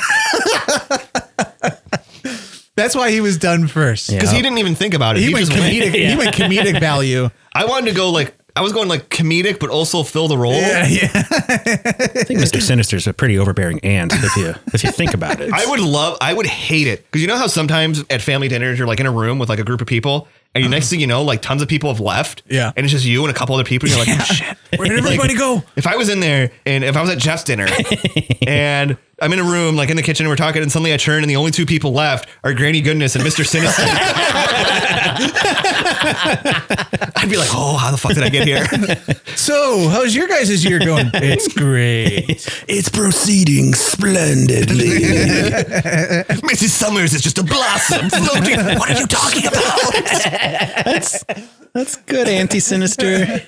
That's why he was done first. Yeah. because he didn't even think about it. He, He, went just went. comedic. He went comedic value. I wanted to go like I was going like comedic, but also fill the role. [laughs] yeah. I [laughs] think Mr. Sinister's a pretty overbearing aunt if you if you think about it. I would love, I would hate it because you know how sometimes at family dinners you're like in a room with like a group of people, and you next thing you know, like tons of people have left. Yeah. and it's just you and a couple other people. And you're like, oh, shit, Where did everybody go? if I was in there and if I was at Jeff's dinner and I'm in a room like in the kitchen and we're talking and suddenly I turn and the only two people left are Granny Goodness and Mr. Sinister. [laughs] I'd be like, oh, how the fuck did I get here? [laughs] So, how's your guys' year going? [laughs] it's great. it's proceeding splendidly. Mrs. Summers is just a blossom floating. What are you talking about? [laughs] That's good, Auntie Sinister.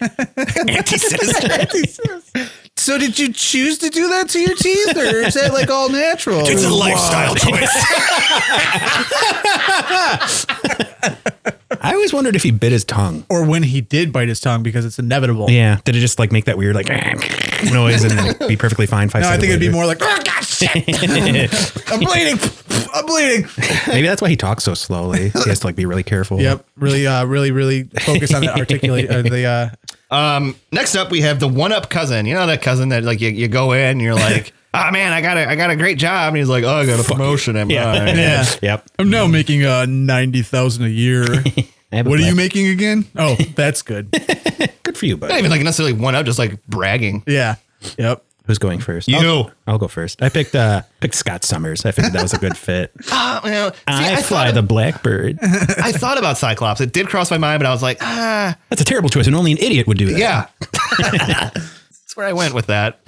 Anti-sinister. [laughs] [laughs] So, did you choose to do that to your teeth, or is that like all natural? It's a lifestyle choice. [laughs] I always wondered if he bit his tongue. or when he did bite his tongue, because it's inevitable. Yeah. Did it just like make that weird like [laughs] noise and then be perfectly fine five No, I seconds think it'd be later? more like, oh, God, [laughs] shit. I'm bleeding. I'm bleeding. [laughs] Maybe that's why he talks so slowly. He has to like be really careful. Yep. Really, uh, really, really focus on the articulate, or the, uh, Next up, we have the one-up cousin. You know that cousin that like you, you go in and [laughs] you're like, oh man, I got a I got a great job, and he's like, oh, I got a promotion at mine. [laughs] [laughs] yeah. Yep. I'm now making uh ninety thousand a [laughs] year. have a what are you plan. making again? [laughs] Oh, that's good. Good for you, buddy. Not even like necessarily one up, just like [laughs] bragging. Yeah. Yep. Who's going first? You. I'll, I'll go first. I picked uh picked Scott Summers. I figured that was a [laughs] good fit. Ah, you know, see, I, I fly thought- the blackbird. I thought about Cyclops. It did cross my mind, but I was like, ah, That's a terrible choice, and only an idiot would do [laughs] that. yeah. That's where I went with that.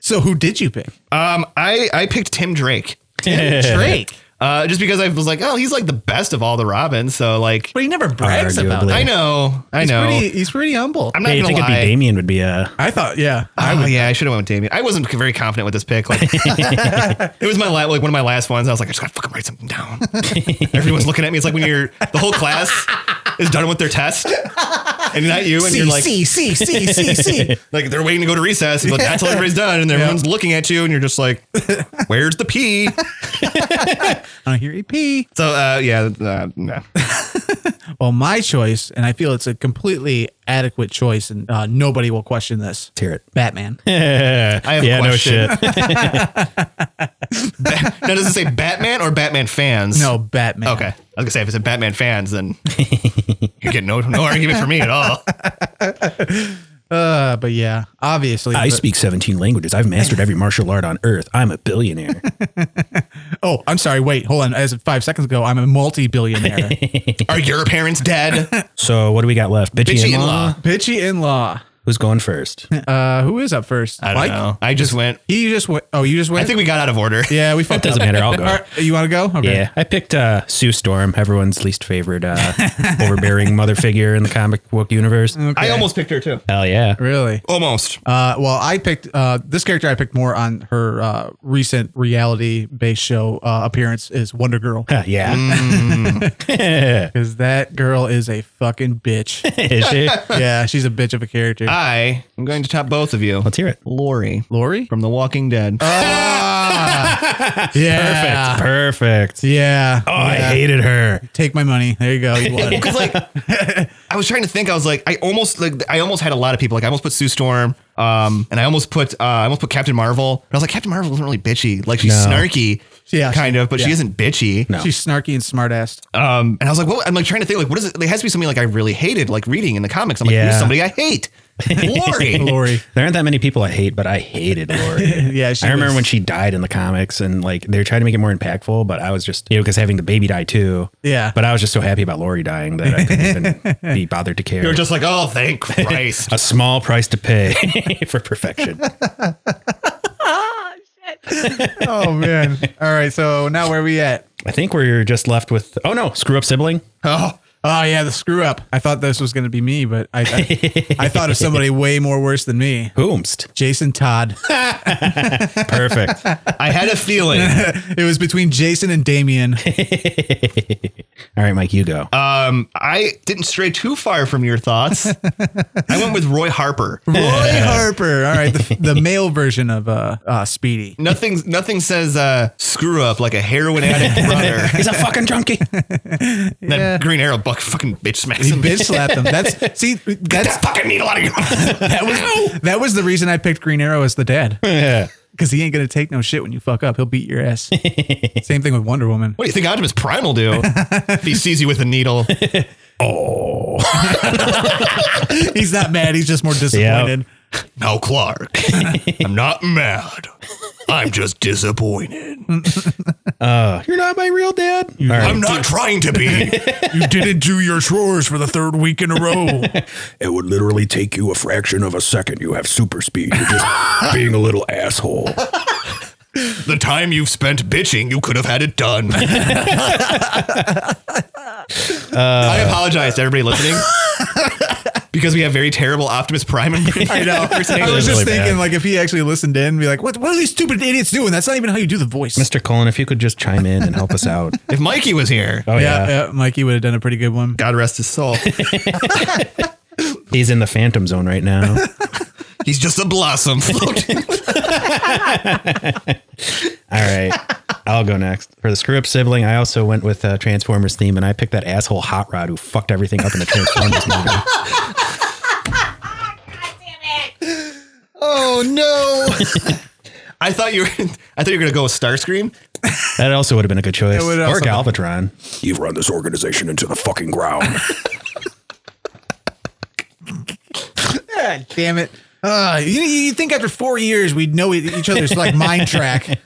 So who did you pick? Um, I I picked Tim Drake. Drake. Uh, just because I was like, oh, he's like the best of all the Robins. So like, But he never brags about Arguably. it. I know, I He's know. pretty he's pretty humble. I'm not Hey, you gonna think it'd be lie. Damien would be a I thought, yeah. Oh yeah, I should have went with Damien. I wasn't very confident with this pick. [laughs] Like, it was my la- like one of my last ones. I was like, I just gotta fucking write something down. [laughs] Everyone's looking at me. It's like when you're the whole class is done with their test, and not you, and you're like, C C C C [laughs] C. like they're waiting to go to recess, but that's till everybody's done, and everyone's looking at you, and you're just like, "Where's the pee?" I hear EP. So uh, yeah, uh, no. Well, my choice, and I feel it's a completely adequate choice, and uh, nobody will question this. Let's hear it. [laughs] Batman. I have yeah, a no question. [laughs] shit. now does it say Batman or Batman fans? No, Batman. Okay, I was gonna say if it's a Batman fans, then you're getting no no argument from me at all. Uh, but yeah, obviously. I but- speak 17 languages. I've mastered every martial art on earth. I'm [laughs] a billionaire. oh, I'm sorry. Wait, hold on. As of five seconds ago, I'm a [laughs] multi-billionaire. Are your parents dead? So what do we got left? Bitchy, Bitchy in in law. law. Uh, Bitchy in law. Who's going first? Uh, who is up first? I don't know. I just went. He just went. Oh, you just went. I think we got out of order. Yeah, we fucked Doesn't up. matter. I'll [laughs] go. All right, you want to go? Okay. Yeah, I picked uh, Sue Storm, everyone's least favorite [laughs] uh, overbearing mother figure in the comic book universe. I almost picked her too. Hell yeah. Really? Almost. Uh, well, I picked uh, this character. I picked more on her uh, recent reality-based show uh, appearance is Wonder [laughs] Girl Mm. yeah. because that girl is a fucking [laughs] bitch. Is [laughs] she? yeah, she's a bitch of a character. Uh, I am going to top both of you. Uh, Let's hear it. Lori [laughs] Lori? from The Walking Dead. Ah. Yeah, Perfect. Yeah. Oh, I hated her. Take my money. There you go. You won. Because like, [laughs] I was trying to think. I was like, I almost like, I almost had a lot of people. Like, I almost put Sue Storm, um, and I almost put, uh, I almost put Captain Marvel. And I was like, Captain Marvel isn't really bitchy. Like, she's No. snarky, Yeah, she- kind of, but she yeah. isn't bitchy. [laughs] No. Oh. She's snarky and [laughs] smartass. Um, and I was like, well, I'm like trying to think, like, what is it? There has to be something like I really hated, like reading in the comics. I'm like, Yeah. who's somebody I hate? Lori. [laughs] Lori. There aren't that many people I hate, but [laughs] I hated Lori. Yeah, she I remember was- when she died in the comics and like they were trying to make it more impactful, but I was just, you know, because having the baby die too. Yeah. But I was just so happy about Lori dying that I couldn't [laughs] even be bothered to care. You're just like, oh, thank Christ. a small price to pay [laughs] for perfection. Oh man. All right. So now where are we at? I think we're just left with, oh no, screw up sibling. Oh, oh yeah, the screw up. I thought this was going to be me, but I, I, I thought of somebody way more worse than me. Whomst. Jason Todd. [laughs] Perfect. I had a [laughs] feeling. it was between Jason and Damien. All right, Mike, you go. Um, I didn't stray too far from your thoughts. I went with Roy Harper. Roy Harper. All right, the, the male version of uh, uh Speedy. Nothing, nothing says uh, screw up like a heroin [laughs] addict brother. He's a [laughs] fucking junkie. That Green Arrow buck fucking bitch smacks He him. bitch slapped him. That's see, that's That fucking needle out of your that was that was the reason I picked Green Arrow as the dad. Because he ain't gonna take no shit when you fuck up. He'll beat your ass. Same thing with Wonder Woman. What do you think Optimus Prime will [laughs] do if he sees you with a needle? He's not mad. He's just more disappointed. No, Clark. I'm not mad. I'm just disappointed. Uh, You're not my real dad. All right. I'm not trying to be. You didn't do your chores for the third week in a row. [laughs] It would literally take you a fraction of a second. You have super speed. [laughs] You're just being a little asshole. The time you've spent bitching, you could have had it [laughs] done. Uh, I apologize to everybody listening [laughs] because we have very terrible Optimus [laughs] Prime. I know. I was It was just really thinking, bad. like, if he actually listened in, be like, "What? What are these stupid idiots doing? That's not even how you do the voice." Mr. Cullen, if you could just chime in and help [laughs] us out. If Mikey was here, Oh, yeah, yeah. yeah, Mikey would have done a pretty good one. God rest his [laughs] soul, He's in the phantom zone right now. he's just a blossom [laughs] floating. All [laughs] right. I'll go next. For the screw up sibling, I also went with uh, Transformers theme and I picked that asshole Hot Rod who fucked everything up in [laughs] the Transformers movie. Oh no! I thought you were. I thought you were gonna go with Starscream. That also would have been a good choice. It would Or also been- Galvatron. You've run this organization into the [laughs] fucking ground. God damn it! Uh, you, you think after four years we'd know e, each other's like mind track?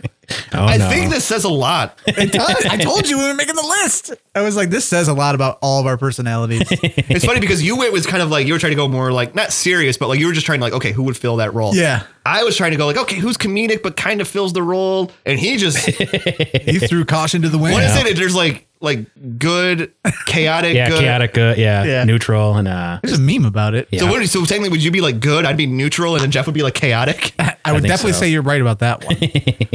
Oh, I no. think this says a lot. It does. I told you we were making the list. I was like, this says a lot about all of our personalities. It's funny because you went was kind of like you were trying to go more like not serious, but like you were just trying to like okay, who would fill that role? Yeah. I was trying to go like okay, who's comedic but kind of fills the role, and he just you threw caution to the wind. What is it? There's like like good, chaotic, yeah, good. chaotic, uh, yeah, Yeah. neutral, and uh, There's a meme about it. So what? Would, so technically, would you be like good? I'd be neutral, and then Jeff would be like [laughs] chaotic. I would think definitely so. say you're right about that one.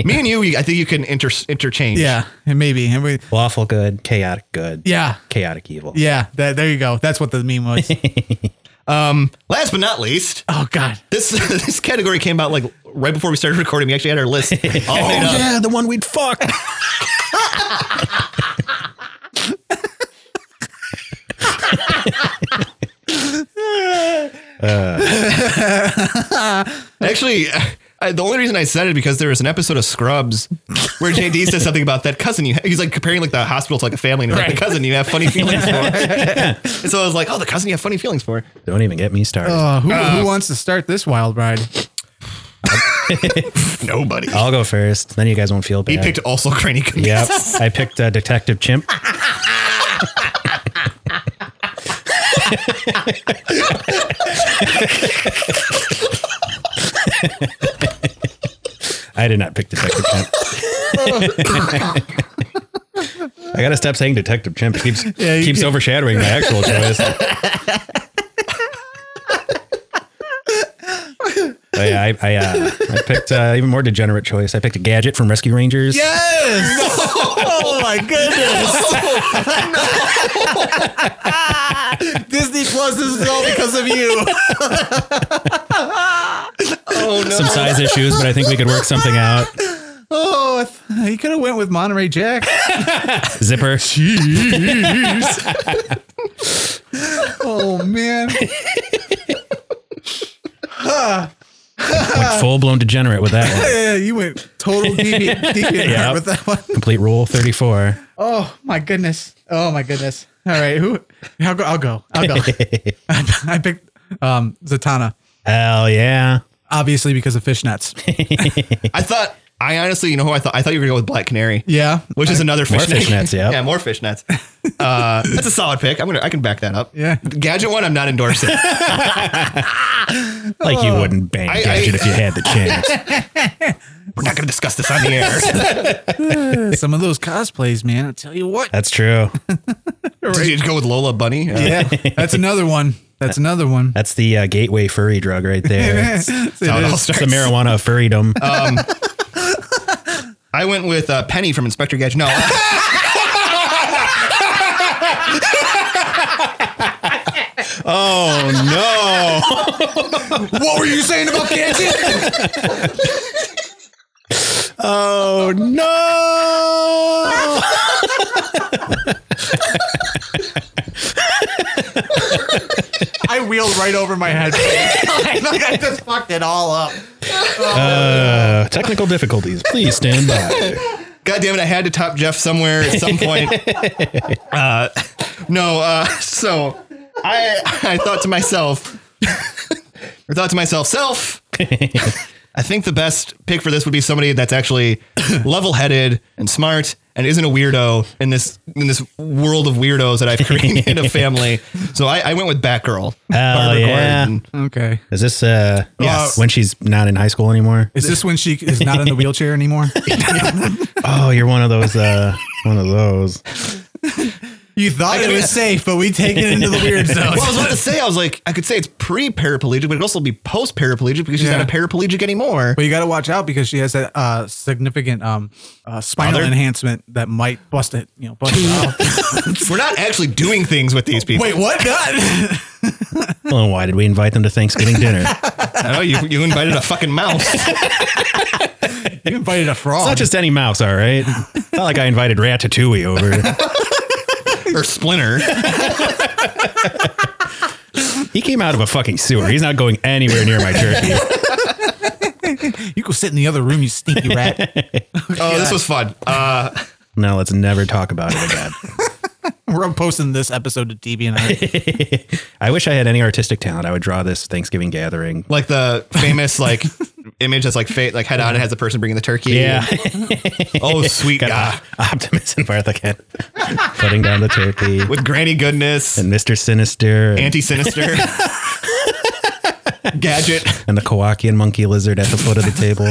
Me and you, I think you can inter- interchange. yeah, and maybe. And we, lawful good, chaotic good, yeah, chaotic evil. yeah. That, there you go. That's what the meme was. Last but not least, oh God. this [laughs] this category came out like right before we started recording. We actually had our [laughs] list. all made Oh, up. yeah, the one we'd fuck. Actually, I, the only reason I said it because there was an episode of Scrubs where JD [laughs] says something about that cousin. You he's like comparing like the hospital to like a family, and he's like the cousin you have [laughs] funny feelings for. and so I was like, oh, the cousin you have funny feelings for. Don't even get me started. Uh, who, who wants to start this wild ride? Nobody. I'll go first. Then you guys won't feel bad. he picked also Granny. [laughs] Goodness. Yep. I picked uh, Detective Chimp. I did not pick Detective Chimp. I gotta stop saying Detective Chimp. It keeps Yeah, you keeps can- overshadowing my [laughs] actual choice. But yeah, I I, uh, I picked uh, even more degenerate choice. I picked a gadget from Rescue Rangers. Yes. oh my goodness. [laughs] Disney Plus, this is all because of you. Some size issues, but I think we could work something out. Oh, I th- he could have went with Monterey Jack. Zipper. oh man. Full blown degenerate with that one. Yeah, you went total [laughs] deviant, deviant Yep. with that one. Complete rule 34. Oh my goodness. Oh my goodness. All right, who? I'll go. I'll go. [laughs] I'll go. I, I picked um, Zatanna, Hell yeah. obviously because of fishnets. I thought I honestly, you know who I thought? I thought you were gonna go with Black Canary. Yeah. Which is another More fish fishnets, yeah. [laughs] yeah, more fishnets. Uh, that's a solid pick. I'm gonna, I can back that up. Yeah. The gadget one, I'm not endorsing. Like you wouldn't bang I- gadget I- if you had the [laughs] chance. We're not gonna discuss this on the [laughs] air. Some of those cosplays, man. I'll tell you what. That's true. Did you go with Lola Bunny? Uh, Yeah. That's another one. That's another one. That's the uh, gateway furry drug [laughs] right there. It's It how it all is. starts. the marijuana of furrydom. Um, I went with uh, Penny from Inspector Gadget. No. oh what were you saying about [laughs] gadget? oh, no! No! [laughs] I wheeled right over my [laughs] head. I just fucked it all up. [laughs] Uh, technical difficulties. Please stand by. God damn it! I had to top Jeff somewhere at some point. uh, no, uh, so I I thought to myself, [laughs] I thought to myself, self. I think the best pick for this would be somebody that's actually level-headed and smart and isn't a weirdo in this in this world of weirdos that I've created a family. So I, I went with Batgirl. [laughs] Barbara yeah. Gordon. [laughs] Okay. Is this uh, Yes. when she's not in high school anymore? Is this when she is not in the wheelchair anymore? [laughs] Oh, you're one of those. Uh, one of those. You thought it was safe, but we take it into the weird zone. [laughs] Well, I was about to say, I was like, I could say it's pre-paraplegic, but it could also be post-paraplegic because she's Yeah. not a paraplegic anymore. But you got to watch out because she has that uh, significant um, uh, spinal Other? enhancement that might bust it. You know, bust [laughs] it out. We're not actually doing things with these people. what? Not- Well, why did we invite them to Thanksgiving [laughs] dinner? I know you, you invited a fucking mouse. [laughs] you invited a frog. Not just any mouse, all right. Not like I invited Ratatouille over. or Splinter. He came out of a fucking sewer. He's not going anywhere near my turkey. you go sit in the other room, you stinky [laughs] rat. Oh, this was fun. Uh, No, let's never talk about it again. We're posting this episode to [laughs] DeviantArt. I wish I had any artistic talent. I would draw this Thanksgiving gathering. like the famous like image that's like fate, like head on. It has the person bringing the turkey. [laughs] [laughs] Oh, sweet guy Got Optimus and Barthican putting down the turkey. with Granny Goodness, And Mr. Sinister and, Anti [laughs] Sinister, Gadget. and the Kowakian monkey lizard at the foot of the table.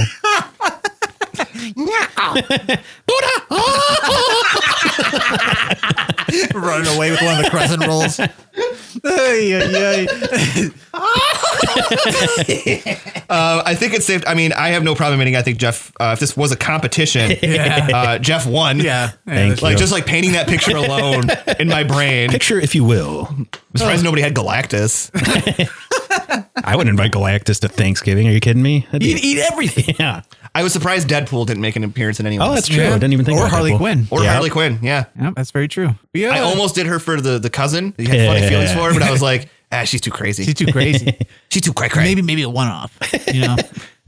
Running away with one of the crescent rolls. [laughs] Ay, ay, ay. Uh, I think it's safe. I mean, I have no problem admitting. I think Jeff, uh, if this was a [laughs] competition, uh, Jeff won. Yeah. Thank Like you. just like painting that picture [laughs] alone in my brain. I'm Picture, if you will. surprised nobody had Galactus. I would invite Galactus to Thanksgiving. Are you kidding me? That'd be- You'd eat everything. yeah. I was surprised Deadpool didn't make an appearance in any. Oh, of that's this. true. I didn't even think Or about that Harley pool. Quinn. Or Yeah. Harley Quinn. Yeah. Yep, that's very true. Yeah. I almost did her for the the cousin. that You had funny Yeah. feelings for, but I was like, ah, she's too crazy. She's [laughs] too crazy. She's too cray cray. Maybe, maybe a one off. You know,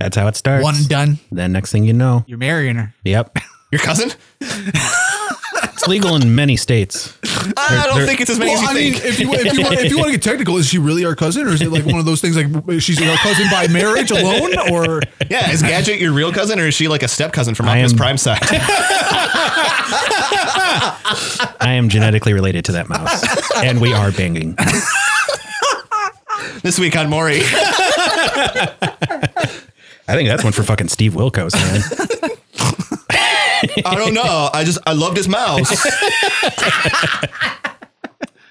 That's how [laughs] it starts. one and done. Then next thing you know, You're marrying her. yep. Your cousin? It's legal in many states. I don't they're- think it's as many as you think. if you if you, want, if you want to get technical, is she really our cousin, or is it like one of those things like she's our cousin by marriage alone, or yeah, is Gadget your real cousin, or is she like a step cousin from I Optimus am- Prime side? [laughs] I am genetically related to that mouse, and we are banging. This week on Maury. I think that's one for fucking Steve Wilkos, man. I don't know. I just I love this [laughs] mouse.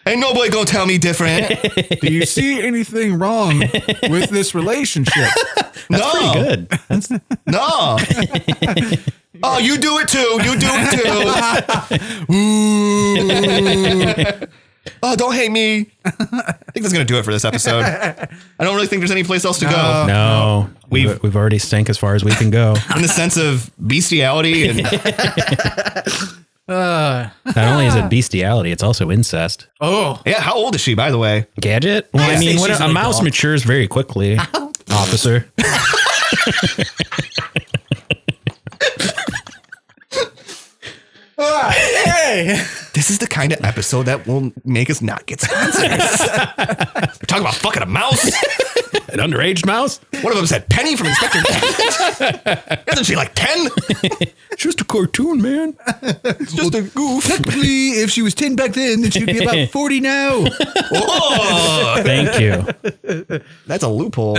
Ain't nobody gonna tell me different. Do you see anything wrong with this relationship? no, Pretty good. no. oh, you do it too. You do it too. Ooh. oh, don't hate me. I think that's gonna do it for this episode. I don't really think there's any place else to go. Oh, No, we've we've already stank as far as we can go. in the sense of bestiality and Not only is [laughs] it bestiality, it's also incest. Oh, yeah how old is she by the way Gadget. Well, I, I mean, think what, she's a an mouse adult. matures very quickly. Officer, this is the kind of episode that will make us not get sponsors We're talking about fucking a mouse an underage mouse. one of them said penny from inspector Gadget. isn't she like 10 Just a cartoon, man. just a goof Technically, if she was 10 back then, then she'd be [laughs] about 40 now. Whoa, Thank [laughs] you. that's a loophole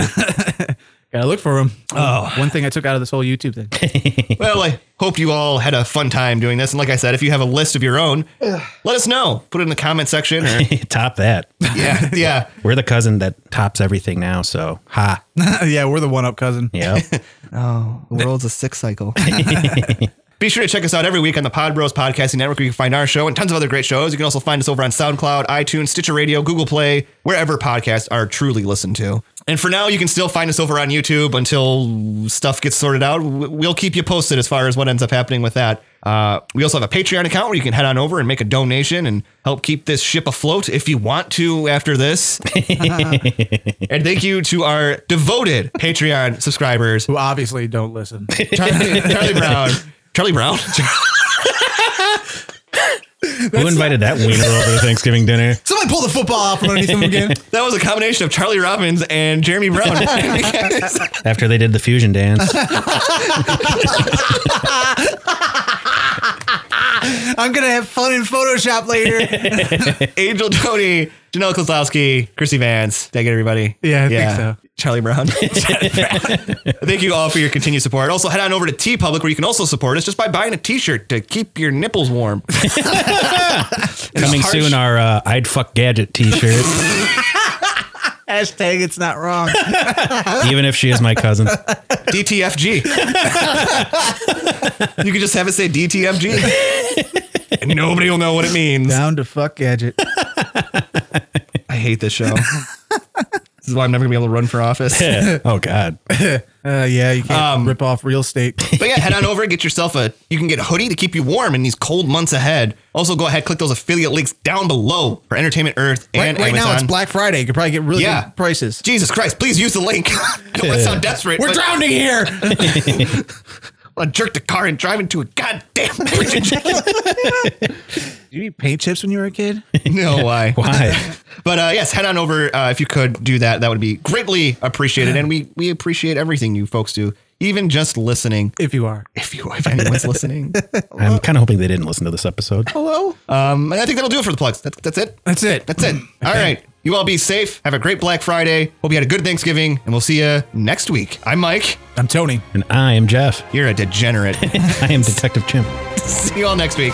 gotta look for him. Oh, one thing I took out of this whole YouTube thing. well i hope you all had a fun time doing this and like i said if you have a list of your own let us know put it in the comment section or Top that. yeah [laughs] yeah We're the cousin that tops everything now. So ha. [laughs] yeah, we're the one up cousin. [laughs] Yeah. The world's a sick cycle. Be sure to check us out every week on the Pod Bros Podcasting Network. where You can find our show and tons of other great shows. You can also find us over on SoundCloud, iTunes, Stitcher Radio, Google Play, wherever podcasts are truly listened to. And for now, you can still find us over on YouTube until stuff gets sorted out. W- We'll keep you posted as far as what ends up happening with that. Uh, we also have a Patreon account where you can head on over and make a donation and help keep this ship afloat if you want to after this. and thank you to our devoted Patreon subscribers Who obviously don't [laughs] listen. Charlie, Charlie Brown. Charlie Brown? Who invited that wiener over to Thanksgiving dinner? Someone pull the football off from underneath him again. [laughs] That was a combination of Charlie Robbins and Jeremy [laughs] Brown. After they did the fusion dance. I'm going to have fun in Photoshop later. [laughs] Angel Tony, Janelle Kozlowski, Chrissy Vance. Did I get everybody? Yeah, I think so. Charlie [laughs] Brown. Thank you all for your continued support. Also, head on over to T Public where you can also support us just by buying a t shirt to keep your nipples [laughs] warm. Coming harsh- soon, our uh, I'd fuck gadget t shirt. Hashtag it's not wrong. Even if she is my [laughs] cousin. DTFG. you can just have it say [laughs] DTFG. And nobody will know what it means. Down to fuck gadget. I hate this [laughs] show. this is why I'm never gonna be able to run for office. Oh God. Uh, yeah, you can't rip off real estate. [laughs] But yeah, head on over and get yourself a. You can get a hoodie to keep you warm in these cold months ahead. Also, go ahead click those affiliate links down below for Entertainment Earth Right, and right Amazon. now it's Black Friday. You could probably get really Yeah. good prices. Jesus Christ! Please use the link. [laughs] I don't want to sound desperate. We're but [laughs] drowning here. I jerked the car and drive into a [laughs] goddamn bridge. Did you eat paint chips when you were a kid? no, why? Why? But uh, yes, head on over uh, if you could do that. That would be greatly appreciated, and we we appreciate everything you folks do, even just listening. if you are. If you if [laughs] anyone's listening, I'm kind of hoping they didn't listen to this episode. Hello? um, and I think that'll do it for the plugs. That's that's it. That's it. That's it. All right. You all be safe. Have a great Black Friday. Hope you had a good Thanksgiving, and we'll see you next week. I'm Mike. I'm Tony. And I am Jeff. [laughs] You're a degenerate. I am Detective Chimp. see you all next week.